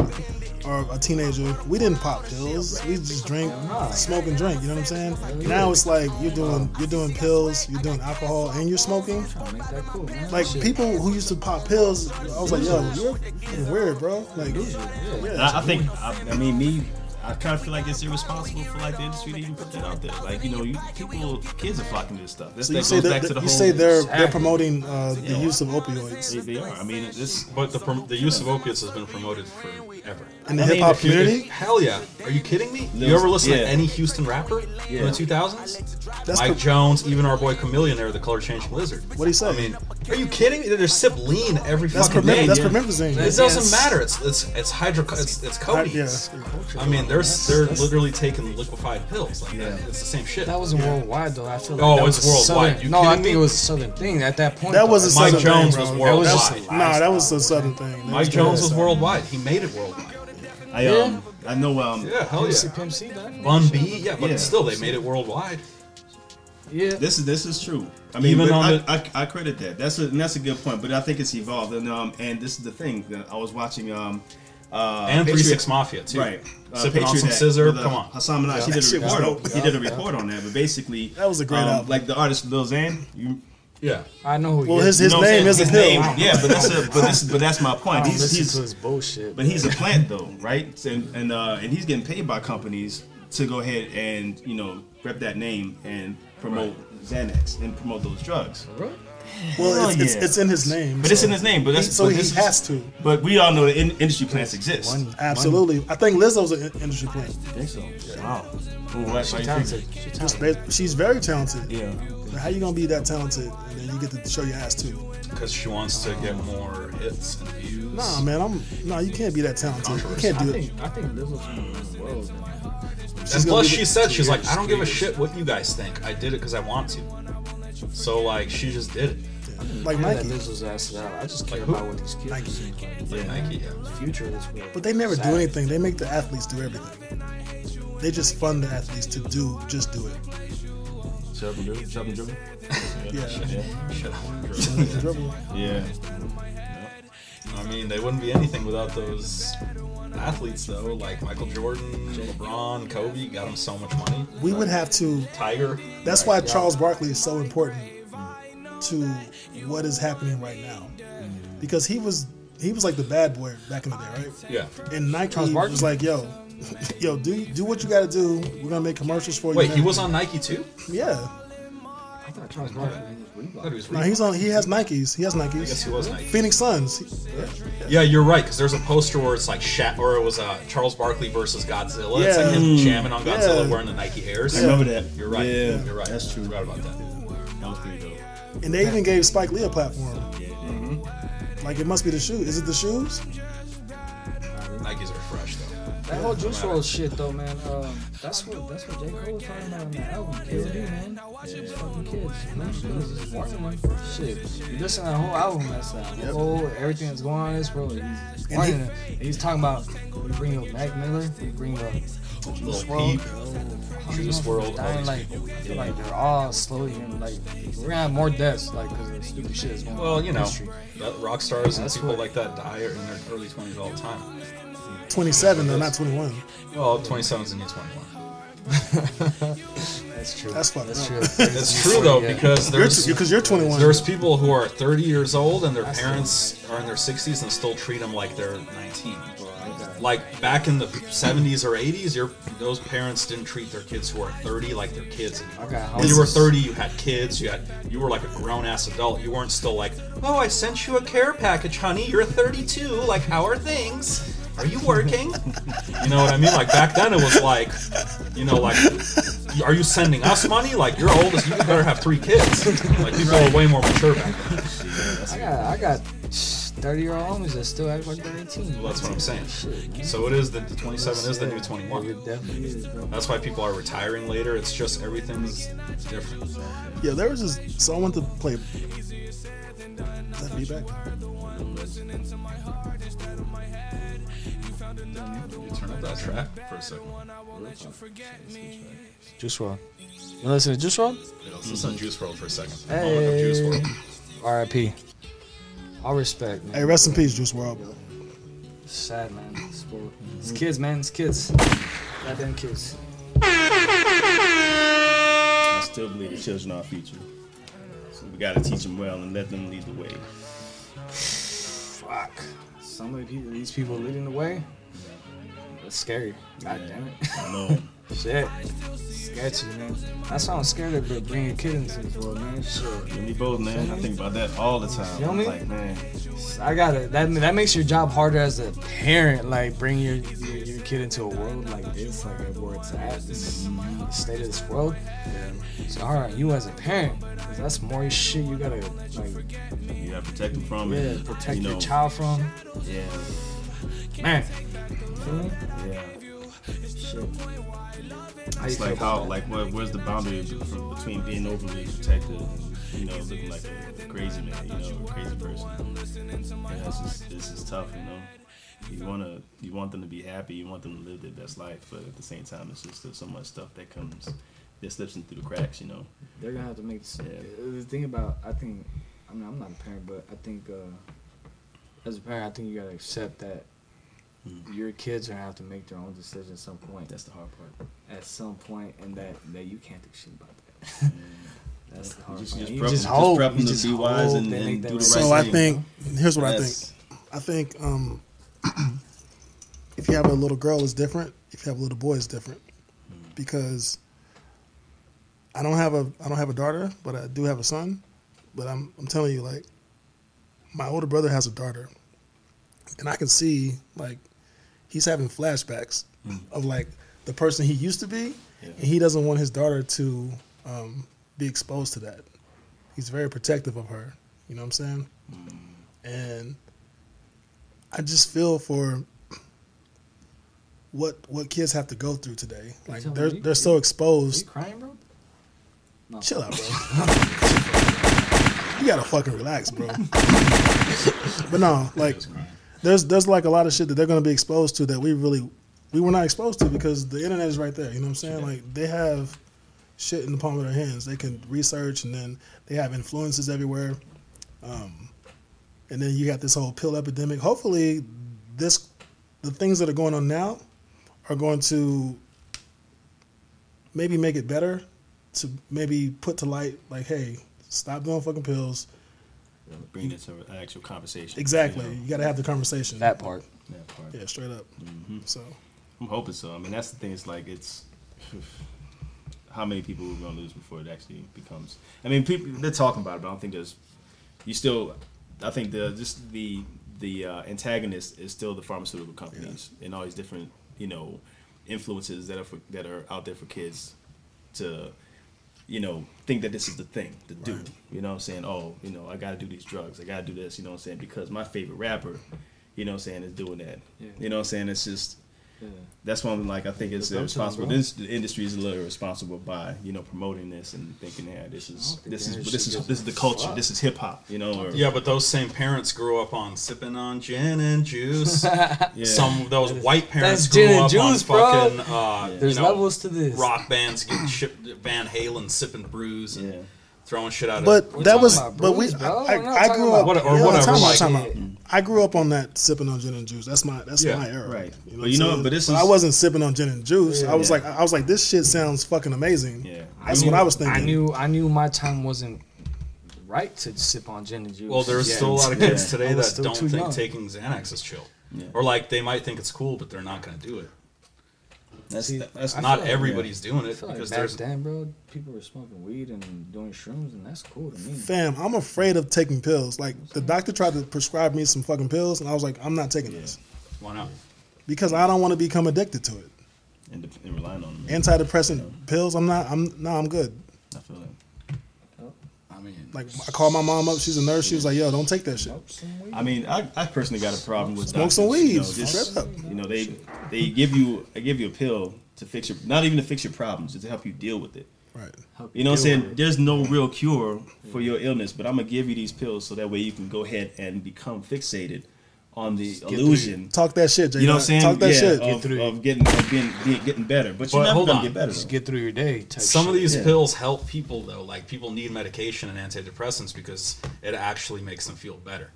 or a teenager, we didn't pop pills. We just drink, smoke, and drink. You know what I'm saying? Now it's like you're doing you're doing pills, you're doing alcohol, and you're smoking. Trying to make that cool, man. Like people who used to pop pills, I was like, yo, you're fucking weird, bro. Like, yeah, I, I think I, I mean me. I kind of feel like it's irresponsible for like the industry to even put that out there. Like you know, you, people, kids are flocking to this stuff. This So that you say goes they're, back to the you whole. say they're Exactly. they're promoting uh, the Yeah. use of opioids they, they are. I mean, this But the, prom- the use of opiates has been promoted forever. in the I mean, hip hop if you- community. Hell yeah. Are you kidding me? No, you ever listen yeah. to any Houston rapper in Yeah. the 2000s? That's Mike pro- Jones, even our boy Chameleonaire, the color changing lizard. What do you say? I mean, are you kidding me? They're sip lean every that's fucking permit, day. that's Yeah. permethazine. It doesn't matter. It's it's it's hydro. It's it's Right, codeine. yeah. I mean, they're they're literally taking liquefied pills. Like that. It's the same shit. That wasn't worldwide though. I feel like Oh, that it's was a worldwide. Southern- You no, I kidding think it me? was a southern thing at that point. That though. was a Mike southern Jones thing, was bro. That worldwide. just- Nah, that was a southern thing. That Mike just- Jones was worldwide. He made it worldwide. I um, I know um, Yeah, hell yeah. Pimp C, back. Bun B, yeah, but Yeah. still they made it worldwide. Yeah. This is this is true. I mean, Even but on I, the- I, I credit that. That's a and that's a good point. But I think it's evolved. And um, and this is the thing that I was watching um, uh, and Three Patriot- Six Mafia too. Right. Sipping Patriot on some Act scissor. with, uh, Come on. Hassan Minaj. He That did shit a was report. dope. He did a report on that. But basically, That was a great um, album. Like the artist Lil Xan. You, Yeah. I know who. he Well, his is. his you know what I'm name saying? is a His pill. name- Yeah, but that's a but this but that's my point. I don't He's listen he's to his bullshit. But he's a plant though, right? And and uh, and he's getting paid by companies to go ahead and you know rep that name and promote Xanax and promote those drugs. Well, it's, it's, yeah. it's in his name. But it's in his name. But that's so but he this is- has to. But we all know the in- industry plants exist. Money. Absolutely, I think Lizzo's an in- industry plant. I think so. Wow. Ooh, that's why you Talented. figured. She talented. They- She's very talented. Yeah. But how you gonna be that talented and then you get to show your ass too? Because she wants to get more hits and views. Nah, man, I'm. Nah, you can't be that talented. You can't I do it. think I think Lizzo's gonna run the world. man. and plus, gonna be she said she's like, I don't give a shit what you guys think. I did it because I want to. So like, she just did it. Like That Nike. Lizzo's ass out. I just care Like who? about what these kids Nike. think. Like, Like Nike, yeah. the future of this world. But they never Sad. do anything. They make the athletes do everything. They just fund the athletes to do just do it. Shut up and dribble. Shut up and dribble. Yeah. Shut up. Dribble. Yeah. I mean, they wouldn't be anything without those athletes, though. Like Michael Jordan, LeBron, Kobe got them so much money. [laughs] We would have to. Tiger. That's why Charles Barkley is so important to what is happening right now, Mm-hmm. because he was he was like the bad boy back in the day, right? Yeah. And Nike Charles Barkley? was like, yo. [laughs] Yo, do do what you got to do. We're gonna make commercials for you. Wait, and he was everything." on Nike too? Yeah, I thought Charles Barkley was I thought he Reebok. was. no, Reebok. he's on. He has Nikes. He has I guess he Nikes. was Nike. Phoenix Suns. Yeah, you're right. Because there's a poster where it's like Sha- or it was uh, Charles Barkley versus Godzilla. It's like him jamming on Godzilla Yeah. wearing the Nike Airs. I remember that. You're right. Yeah. You're right. That's true. I forgot about that. That was pretty dope. And they even gave Spike Lee a platform. Like it must be the shoe. Is it the shoes? Nikes are fresh though. That whole Juice World shit though, man. Um, that's what that's what J Cole was talking about on the album. KOD, man. It's fucking kids. Man, shit was just warning them. Shit, you listen to that whole album. That's that whole oh, everything that's going on in this world. He's warning them. And He's talking about we bring up Mac Miller, we bring up Juice World. Peep. Juice World, World. Dying, all these like, I feel like they're all slowly and like we're gonna have more deaths, like because of the stupid shit that's going on. Well, in you the know, industry. that rock stars and That's people what- like that die in their early 20s all the time. 27 though, not 21. Well, 27's and new 21. that's true. That's fucked That's up. true. That's true though, Yeah. because You're there's t- Because you're 21. there's people who are 30 years old and their That's parents are in their 60s and still treat them like they're 19. Like back in the 70s or 80s, your those parents didn't treat their kids who are 30 like their kids. anymore. Okay, how when you is were this? 30, you had kids. You had you were like a grown ass adult. You weren't still like, oh, I sent you a care package, honey. You're 32. Like, how are things? Are you working? you know what I mean? Like back then, it was like, you know, like, are you sending us money? Like you're old as you better have three kids. Like people are way more mature back then. I got, I got 30 year old homies that still act like they're 18. Well, that's what I'm saying. So it is the the 27 is the new 21. It definitely is, bro. That's why people are retiring later. It's just everything's different. Yeah, there was just so I went to play. Is that feedback? You turn up that track for a second. Juice World. You listen to Juice World? Wait, let's listen to Juice World for a second. Hey. Moment of Juice World. RIP. All respect, man. Hey, rest in peace, Juice World. Sad, man. It's, for- it's kids, man. It's kids. Goddamn kids. I still believe the children are our future. So we gotta teach them well and let them lead the way. Fuck. Some of the people, these people leading the way. That's scary. God damn it. [laughs] I know. Shit. Sketchy, man. That's why I'm scared of bro- bringing kids into this world, man. Shit. Me both, man. I think about that all the time. Feel me? Like, man, I gotta, that, that makes your job harder as a parent. Like, bring your, your, your kid into a world like this, like where it's at, this state of this world. It's hard on you as a parent. 'cause that's more shit you gotta, like, you gotta protect them from yeah, it. protect you know, your child from. Yeah, Man. Feel me? yeah. Shit. How you It's feel like about how, that? like, where, where's the boundary be- from- between being overly protective and, you know, looking like a crazy man, you know, a crazy person? Yeah, it's just, it's just tough, you know. You wanna, you want them to be happy, you want them to live their best life, but at the same time, it's just there's so much stuff that comes, that slips in through the cracks, you know. They're gonna have to make this, Yeah. the thing about. I think I mean I'm not a parent, but I think uh, as a parent, I think you gotta accept that Mm-hmm. your kids are gonna have to make their own decisions at some point. That's the hard part. At some point, and that that you can't do shit about that. [laughs] That's the hard You part. just, just, You prep, just just hope- prep you them just to be wise hope and, they and make do that the right decision. So I thing. think here's what Yes. I think. I think um, [clears throat] if you have a little girl, it's different. If you have a little boy, it's different because I don't have a I don't have a daughter, but I do have a son. But I'm I'm telling you, like my older brother has a daughter, and I can see like he's having flashbacks of like the person he used to be, and he doesn't want his daughter to um, be exposed to that. He's very protective of her. You know what I'm saying? And I just feel for what what kids have to go through today. Like telling they're me? they're so exposed. crying, bro? Chill out, bro. you gotta fucking relax, bro. but no, like there's there's like a lot of shit that they're gonna be exposed to that we really we were not exposed to because the internet is right there. You know what I'm saying? Like they have shit in the palm of their hands. They can research and then they have influences everywhere. Um, and then you got this whole pill epidemic. Hopefully, this the things that are going on now are going to maybe make it better to maybe put to light like, hey, stop doing fucking pills. Bring it to an actual conversation. Exactly. you know. You got to have the conversation. that part. That part. yeah, straight up. Mm-hmm. So I'm hoping so. I mean, that's the thing. It's like it's [sighs] how many people we're gonna lose before it actually becomes. I mean, people they're talking about it, but I don't think there's. You still, I think the just the the uh, antagonist is still the pharmaceutical companies and all these different you know influences that are for, that are out there for kids to you know think that this is the thing to do. You know what I'm saying? Oh, you know I got to do these drugs. I got to do this. You know what I'm saying? Because my favorite rapper, you know what I'm saying, is doing that. You know what I'm saying? It's just that's why I'm like I think it's irresponsible. This the industry is a little irresponsible by you know promoting this and thinking, yeah, this is this is this is this is the culture. This is hip hop. You know, or, Yeah, but those same parents grew up on sipping on gin and [laughs] juice. yeah. Some of those white parents That's gin grew and up juice, on bro. fucking uh, There's you know, levels to this. rock bands getting shipped, Van Halen sipping brews and Yeah. throwing shit out But of. that talking was, about but we, bros, bro. I, We're I, not I talking grew about- up. What- or yeah, whatever, time out, like- time out. I grew up on that sipping on gin and juice. That's my that's Yeah, my era. right. But what you I'm know, saying? but this I is- wasn't sipping on gin and juice. I was Yeah. like, I was like, this shit sounds fucking amazing. Yeah. that's I knew- what I was thinking. I knew I knew my time wasn't right to sip on gin and juice. Well, there's Yeah. still a lot of kids Yeah. today I was that still don't too think young. taking Xanax is chill. Yeah. Or like they might think it's cool, but they're not gonna do it. That's that's Not not. feel like- everybody's doing it I feel like because back there's then, bro, people were smoking weed and doing shrooms, and that's cool to me. Fam, I'm afraid of taking pills. Like the doctor tried to prescribe me some fucking pills, and I was like, I'm not taking this why not? because I don't want to become addicted to it. And, dep- and relying on them. Antidepressant pills, I'm not. I'm no, I'm good. I feel it. I mean, Like I called my mom up. She's a nurse. She was like, Yo, don't take that shit. I mean, I, I personally got a problem with Smoke some doctors, weed, You know, just- straight up. you know, they they give you they give you a pill to fix your not even to fix your problems, just to help you deal with it. Right. You know what I'm saying? There's no real cure for your illness, but I'm gonna give you these pills so that way you can go ahead and become fixated on the illusion. Talk that shit, Jay. You know what I'm saying? Talk that yeah, shit. Of, through. of getting of being, being- getting better, but you're But never hold gonna on. get better. Just Though. get through your day. Type some of shit. these Yeah. pills help people though. Like people need medication and antidepressants because it actually makes them feel better.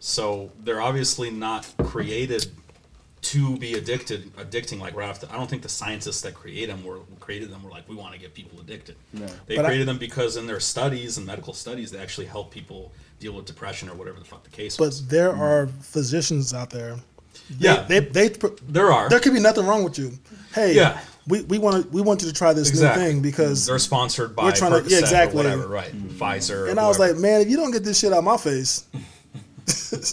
So they're obviously not created to be addicted, addicting like right off. The, I don't think the scientists that create them were created them were like we want to get people addicted. They But I- created them because in their studies and medical studies they actually help people deal with depression or whatever the fuck the case But was. there are physicians out there. Yeah, They they. pr- there are. There could be nothing wrong with you. Hey, Yeah. we, we want we want you to try this Exactly. new thing because they're sponsored by We're trying to- yeah, Percocet exactly. Mm-hmm. or whatever, right? Pfizer. or And I was whoever. like, man, if you don't get this shit out of my face,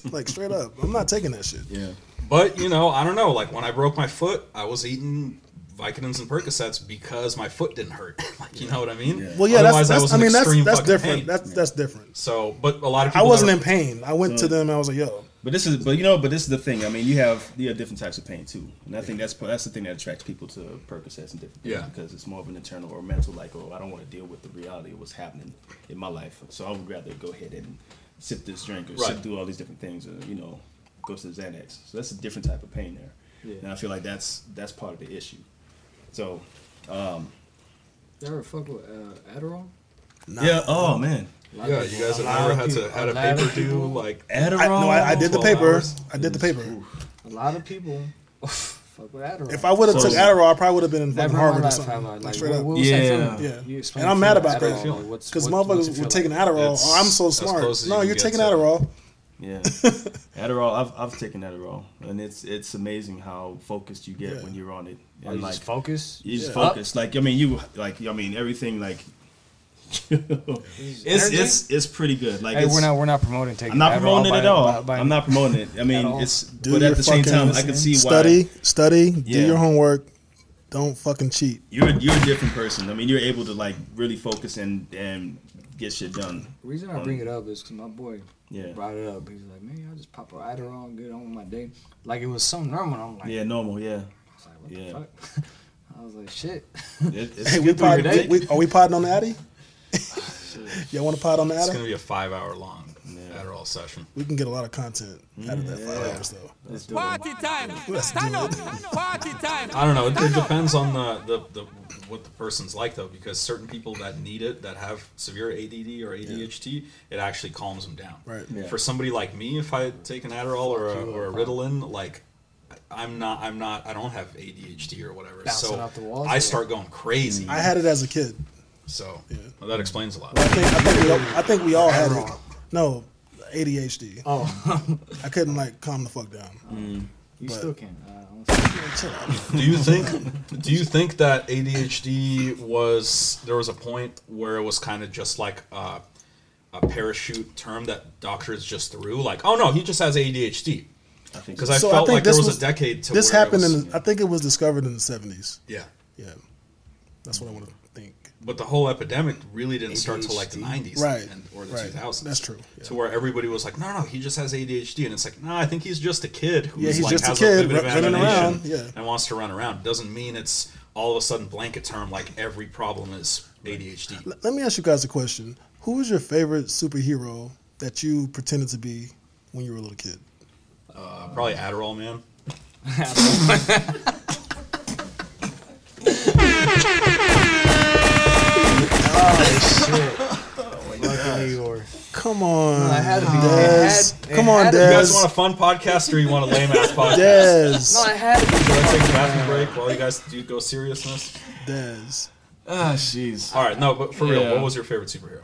[laughs] like straight up, I'm not taking that shit. Yeah, But you know, I don't know. Like when I broke my foot, I was eating Vicodins and Percocets because my foot didn't hurt. [laughs] like you know what I mean? Well, yeah, that's, Otherwise, that's I, in mean that's extreme that's fucking different. pain. That's that's different. so, but a lot of I people. wasn't that in pain. I went to them and I was like, yo, but this is but you know but this is the thing. I mean, you have you have different types of pain too, and I think that's that's the thing that attracts people to Percocets and different things Yeah. because it's more of an internal or mental like, oh, I don't want to deal with the reality of what's happening in my life, so I would rather go ahead and sip this drink or Right. sip through all these different things, or you know, go to the Xanax. So that's a different type of pain there, and I feel like that's that's part of the issue. So You ever fuck with uh, Adderall? yeah, oh man, are- yeah, you guys have never had to had a lot of paper do people- like. Adderall. I, no, I, I did the 12 paper. hours. I did the paper. [laughs] A lot of people [laughs] fuck with Adderall. If I would have So- took Adderall, I probably would have been in fucking Never in my Harvard or life something. have I, Like, like, straight what, up. what was that Yeah. feeling? Yeah, You explain and I'm to mad me about Adderall, that like, what's- because what- what's it motherfuckers feel were taking like? Adderall. It's oh, I'm so as smart. close as no, you you're can taking get to- Adderall. [laughs] Yeah, Adderall. I've I've taken Adderall, and it's it's amazing how focused you get Yeah. when you're on it, Are and you like just focus. you just Yeah. focus. Like I mean, you like I mean everything. Like [laughs] it's Energy? it's it's pretty good. Like Hey, it's, we're not we're not promoting taking. I'm not Adderall promoting by- it at all. by- by- I'm not promoting it. I mean, all. it's Do but your at the same fucking time, I can see study, why study, do Yeah. your homework. Don't fucking cheat. you're you're a different person. I mean, you're able to like really focus and and get shit done. The reason I bring it up is because my boy Yeah, brought it up. He's like, man, I just pop a Adderall and get on with my day. Like it was something normal. I'm like, yeah, normal. [laughs] Yeah, I was like what Yeah. the fuck? [laughs] I was like, shit. It- it's Hey, we, pod, pretty we, ridiculous. we- are we podding on the Addy? Y'all want to pod on the It's Addy? gonna be a five hour long Adderall session. We can get a lot of content out of that five hours though. Let's do it. Let's do it. I don't know. It, it depends on the, the, the what the person's like though, because certain people that need it, that have severe ADD or ADHD, it actually calms them down. Right. Yeah. For somebody like me, if I take an Adderall or a, or a Ritalin, like I'm not, I'm not, I don't have ADHD or whatever, Bouncing so off the walls, I yeah. start going crazy. I had it as a kid. so well, that explains a lot. I think I think we all, I think we all had it. No, ADHD. Oh, I couldn't like calm the fuck down. [laughs] you But- still can. Uh, I don't- Chill out. do you think do you think that ADHD was there was a point where it was kind of just like a, a parachute term that doctors just threw like oh no he just has ADHD I think because so. I So I felt think like there this was, was- a decade to This where it happened was- in. I think it was discovered in the seventies. yeah Yeah, that's what I want to think. but the whole epidemic really didn't start till like the 90s Right, and, or the right. 2000s That's true, yeah. to where everybody was like no no he just has ADHD and it's like no I think he's just a kid who's Yeah, he's like just a has kid a little bit of running around, imagination yeah. and wants to run around doesn't mean it's all of a sudden blanket term like every problem is ADHD L- Let me ask you guys a question. Who was your favorite superhero that you pretended to be when you were a little kid? Probably Adderall, man. Oh, Luckily, or Come on, I had to be. Dez. It had- it Come on, had to be. You guys want Dez. a fun podcast or you want a lame [laughs] ass podcast? Dez. No, I had it. Should I take a bathroom break while you guys do go seriousness? Dez. Ah, jeez. All right, no, but for real, Yeah. what was your favorite superhero?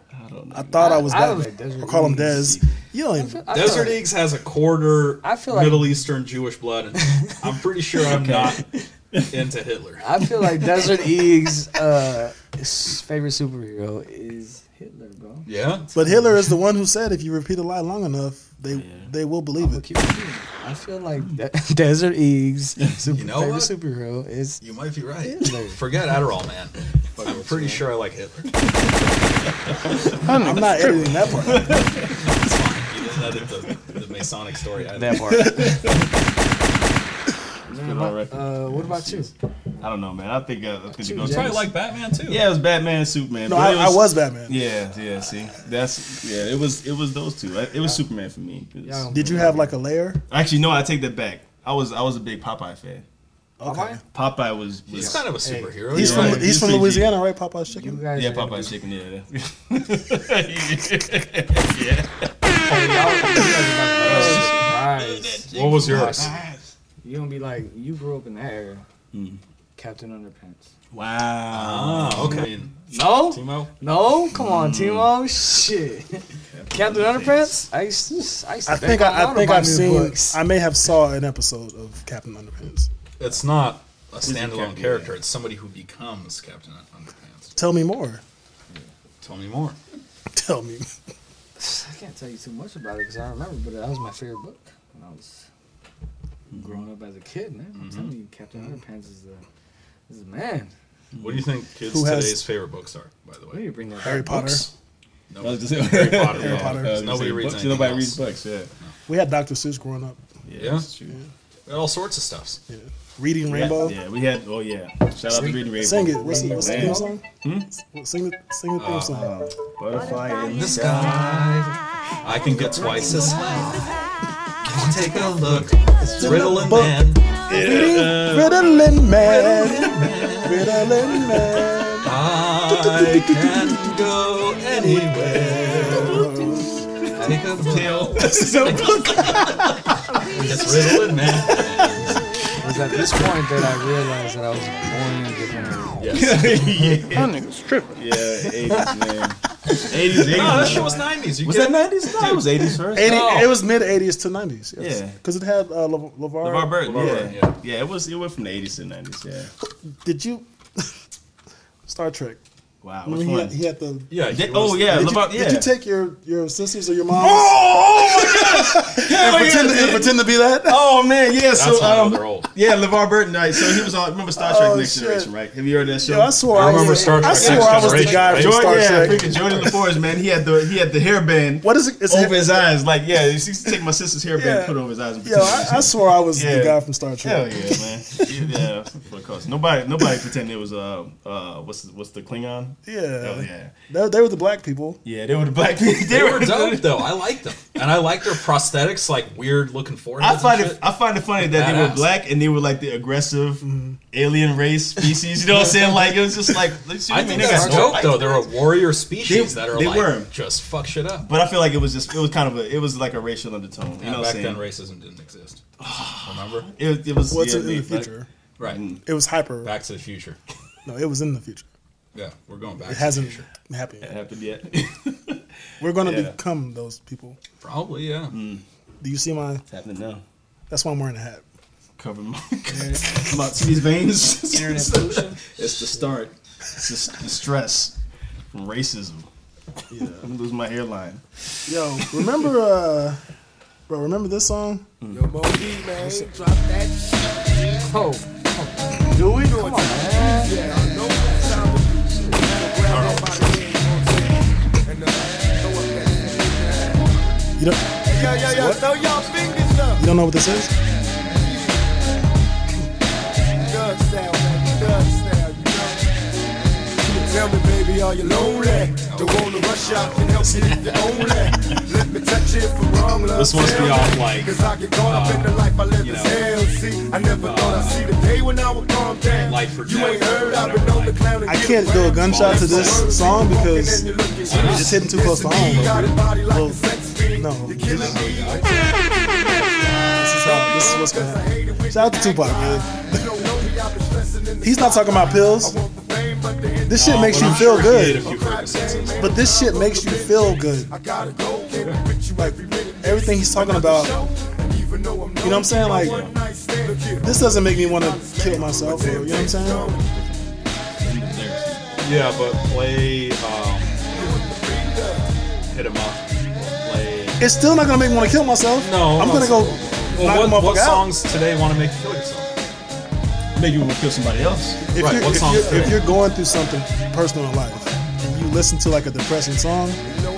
I thought I was I that. was like, Dez I call him Ramirez. Dez. You don't even. I Desert feel- Eagles has a quarter I feel like- Middle Eastern Jewish blood, and I'm pretty sure I'm not into Hitler. I feel like Desert Eag's uh, his favorite superhero is Hitler, bro. Yeah, But Hitler is the one who said if you repeat a lie long enough, they they will believe Look, it. you- I feel like De- [laughs] Desert Eag's super, You know favorite what? superhero is you might be right. Hitler. Forget Adderall, man. I'm pretty sure I like Hitler. I'm not editing that part. It's fine. You didn't edit the, the Masonic story. I that part. All right. Uh, what about you? I don't know, man. I think uh, I think it Two goes. Jacks. probably like Batman too. Yeah, it was Batman, Superman. No, but I, it I was Batman. Yeah, yeah. See, that's yeah. It was it was those two. I- It was Superman for me. 'cause- Yeah. Did you have like a layer? Actually, no, I take that back. I was I was a big Popeye fan. Okay. Popeye was, was he's kind of a superhero. He's yeah. from Yeah. he's from UCG. Louisiana, right? Popeye's You chicken. guys yeah, are gonna Popeye's be- chicken. [laughs] Yeah, Surprise. What was yours? yeah. You gonna be like, you grew up in that era. Captain Underpants. Wow. Oh, okay. I mean, No, Timo. no, come on, Timo. Shit, Captain Underpants. I used to, I used to I think a I, I lot think about I've these seen. books. I may have saw an episode of Captain Underpants. It's not a the standalone Captain? character. It's somebody who becomes Captain Underpants. Tell me more. [laughs] Tell me more. Tell me. I can't tell you too much about about it because I remember, but that was my favorite book when I was growing up as a kid, man. it. I'm telling you, Captain Underpants is the This is man. What do you think kids Who has- today's favorite books are? By the Why way, you bring that Harry back? Potter. Books? I was [laughs] just saying Harry Potter. Harry yeah. Uh, Potter. I was gonna Nobody say reads books. anything Nobody else. reads books. Yeah. We had Dr. Seuss growing up. Yeah. that's true. We got all sorts of stuff. Reading Rainbow. Yeah, we had. Oh yeah. Shout out to Reading Rainbow. Sing it. What's, the- what's the Man. theme song? Hmm? Sing the sing the theme song. Butterfly in the This sky. guy, I can get twice as loud. Take a look, it's Ritalin book. Man. Riddling man, riddling man. I can go anywhere. Take a [laughs] pill. It's Ritalin Man. It was at this point that I realized that I was born in a different era. [laughs] yeah, nigga's tripping. yeah, 80s, man. 80s, 80s. No, that shit was 90s. You was that kidding? 90s? No, it was 80s first. 80, It was mid '80s to '90s. Yes. Yeah. Because it had uh, Le- LeVar. LeVar Burton, LeVar yeah. Burton, yeah. it was it went from the 80s to 90s, yeah. Did you [laughs] Star Trek? Wow, When which he one? had, he had the. Yeah. he Did- was- oh, yeah, Did, LeVar, you, yeah. did you take your your sisters or your mom? Oh, my god! and, pretend, and pretend to be that. Oh man, yeah. That's So how I know um, they're old. yeah, LeVar Burton, right? So he was on. Remember Star Trek: Oh, Next shit. Generation, right? Have you heard that show? Yo, I swore I, remember was, Star Trek I Next swore I was the Generation, guy right? from Jordan, Star yeah, Trek. freaking Jordan LaForge, man. He had the he had the hairband What is it? It's over his eyes, like yeah. He used to take my sister's hairband, Yeah. and put it over his eyes. And Yo, pretend I, I swore I was Yeah. the guy from Star [laughs] Hell Trek. yeah, man. yeah, for the cost. Nobody, nobody pretended it was uh, uh, what's what's the Klingon? Yeah. Hell yeah, They, they were the black people. yeah. They were the black [laughs] people. They were dope [laughs] though. I liked them, and I liked their prosthetics, like weird looking foreheads. I find and it, shit. I find it funny that they were Badass. Mm-hmm. black and they were like the aggressive alien race species. You know what I'm saying? Like it was just [laughs] like. let's shoot I me, think they that's got- dope though. They're a warrior species They- that are they like were. just fuck shit up. But I feel like it was just it was kind of a it was like a racial undertone. You Yeah, know what back I'm then saying? racism didn't exist. Remember? it, it was What's yeah, in the they- future? Right. It was hyper. Back to the Future. No, it was in the future. Yeah, we're going back. It to the hasn't future. happened. That Yet. happened [laughs] yet? We're gonna Yeah. become those people. Probably yeah. Do you see my? it's happening now. That's why I'm wearing a hat. Cover my, [laughs] my see these veins. [laughs] it's the start. It's the, s- the stress from racism. Yeah, [laughs] I'm gonna lose my hairline. Yo, remember, uh, bro? Remember this song? Yo, Mo D, man, drop that shit. Oh, Do it or Yeah, I know what time it is. So grab that by the hand, you know what I'm saying? And, uh, throw up that shit, man. You don't, Yo, yo, yo, throw y'all fingers up. you don't know what this is? Thug sound, man, thug sound, you know. Tell me, baby, are you lonely? Don't wanna rush out and help you if you own that. Let me touch it for wrong love. This must be tell me. off, like, Cause I get caught up in the life I live you as know, hell. See, I never thought I'd see the day when I would calm down. Life or you death ain't or heard, I've been whatever, on the like- clown and I get can't do a around. gunshot to this song because it's it's hitting too close to home. Well, no. This is how. This is what's gonna happen. Shout out to Tupac, man. [laughs] He's not talking about pills. This shit makes But you I'm feel sure he ate good, a few Percocets. but this shit makes you feel good. I gotta go, can't be with you every minute. everything he's talking about, Even though I'm you know what I'm saying? Like, one night stand, look here. this doesn't make me want to kill myself, or, you know what I'm saying? Yeah, but play um, hit him up. Play It's still not gonna make me want to kill myself. No, I'm no. gonna go knock well, a what, motherfucker what out. songs today want to make you kill yourself? Maybe we will kill somebody else. If, Right, you're, what if, songs you're, today? if you're going through something personal in life and you listen to like a depressing song,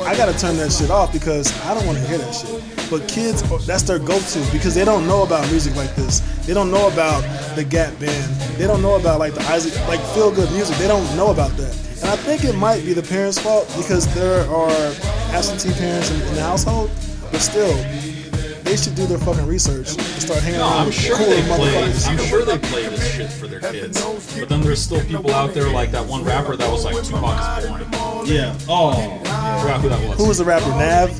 I gotta turn that shit off because I don't want to hear that shit. But kids, that's their go-to because they don't know about music like this. They don't know about the Gap Band. They don't know about like the Isaac, like feel-good music. They don't know about that. And I think it might be the parents' fault because there are absentee parents in, in the household. But still, they should do their fucking research and start hanging No, out I'm with sure cool they play. motherfuckers. I'm sure they play this shit for their kids. But then there's still people out there like that one rapper that was like Tupac is born. Yeah. Oh, I forgot who that was. Who was the rapper? Nav?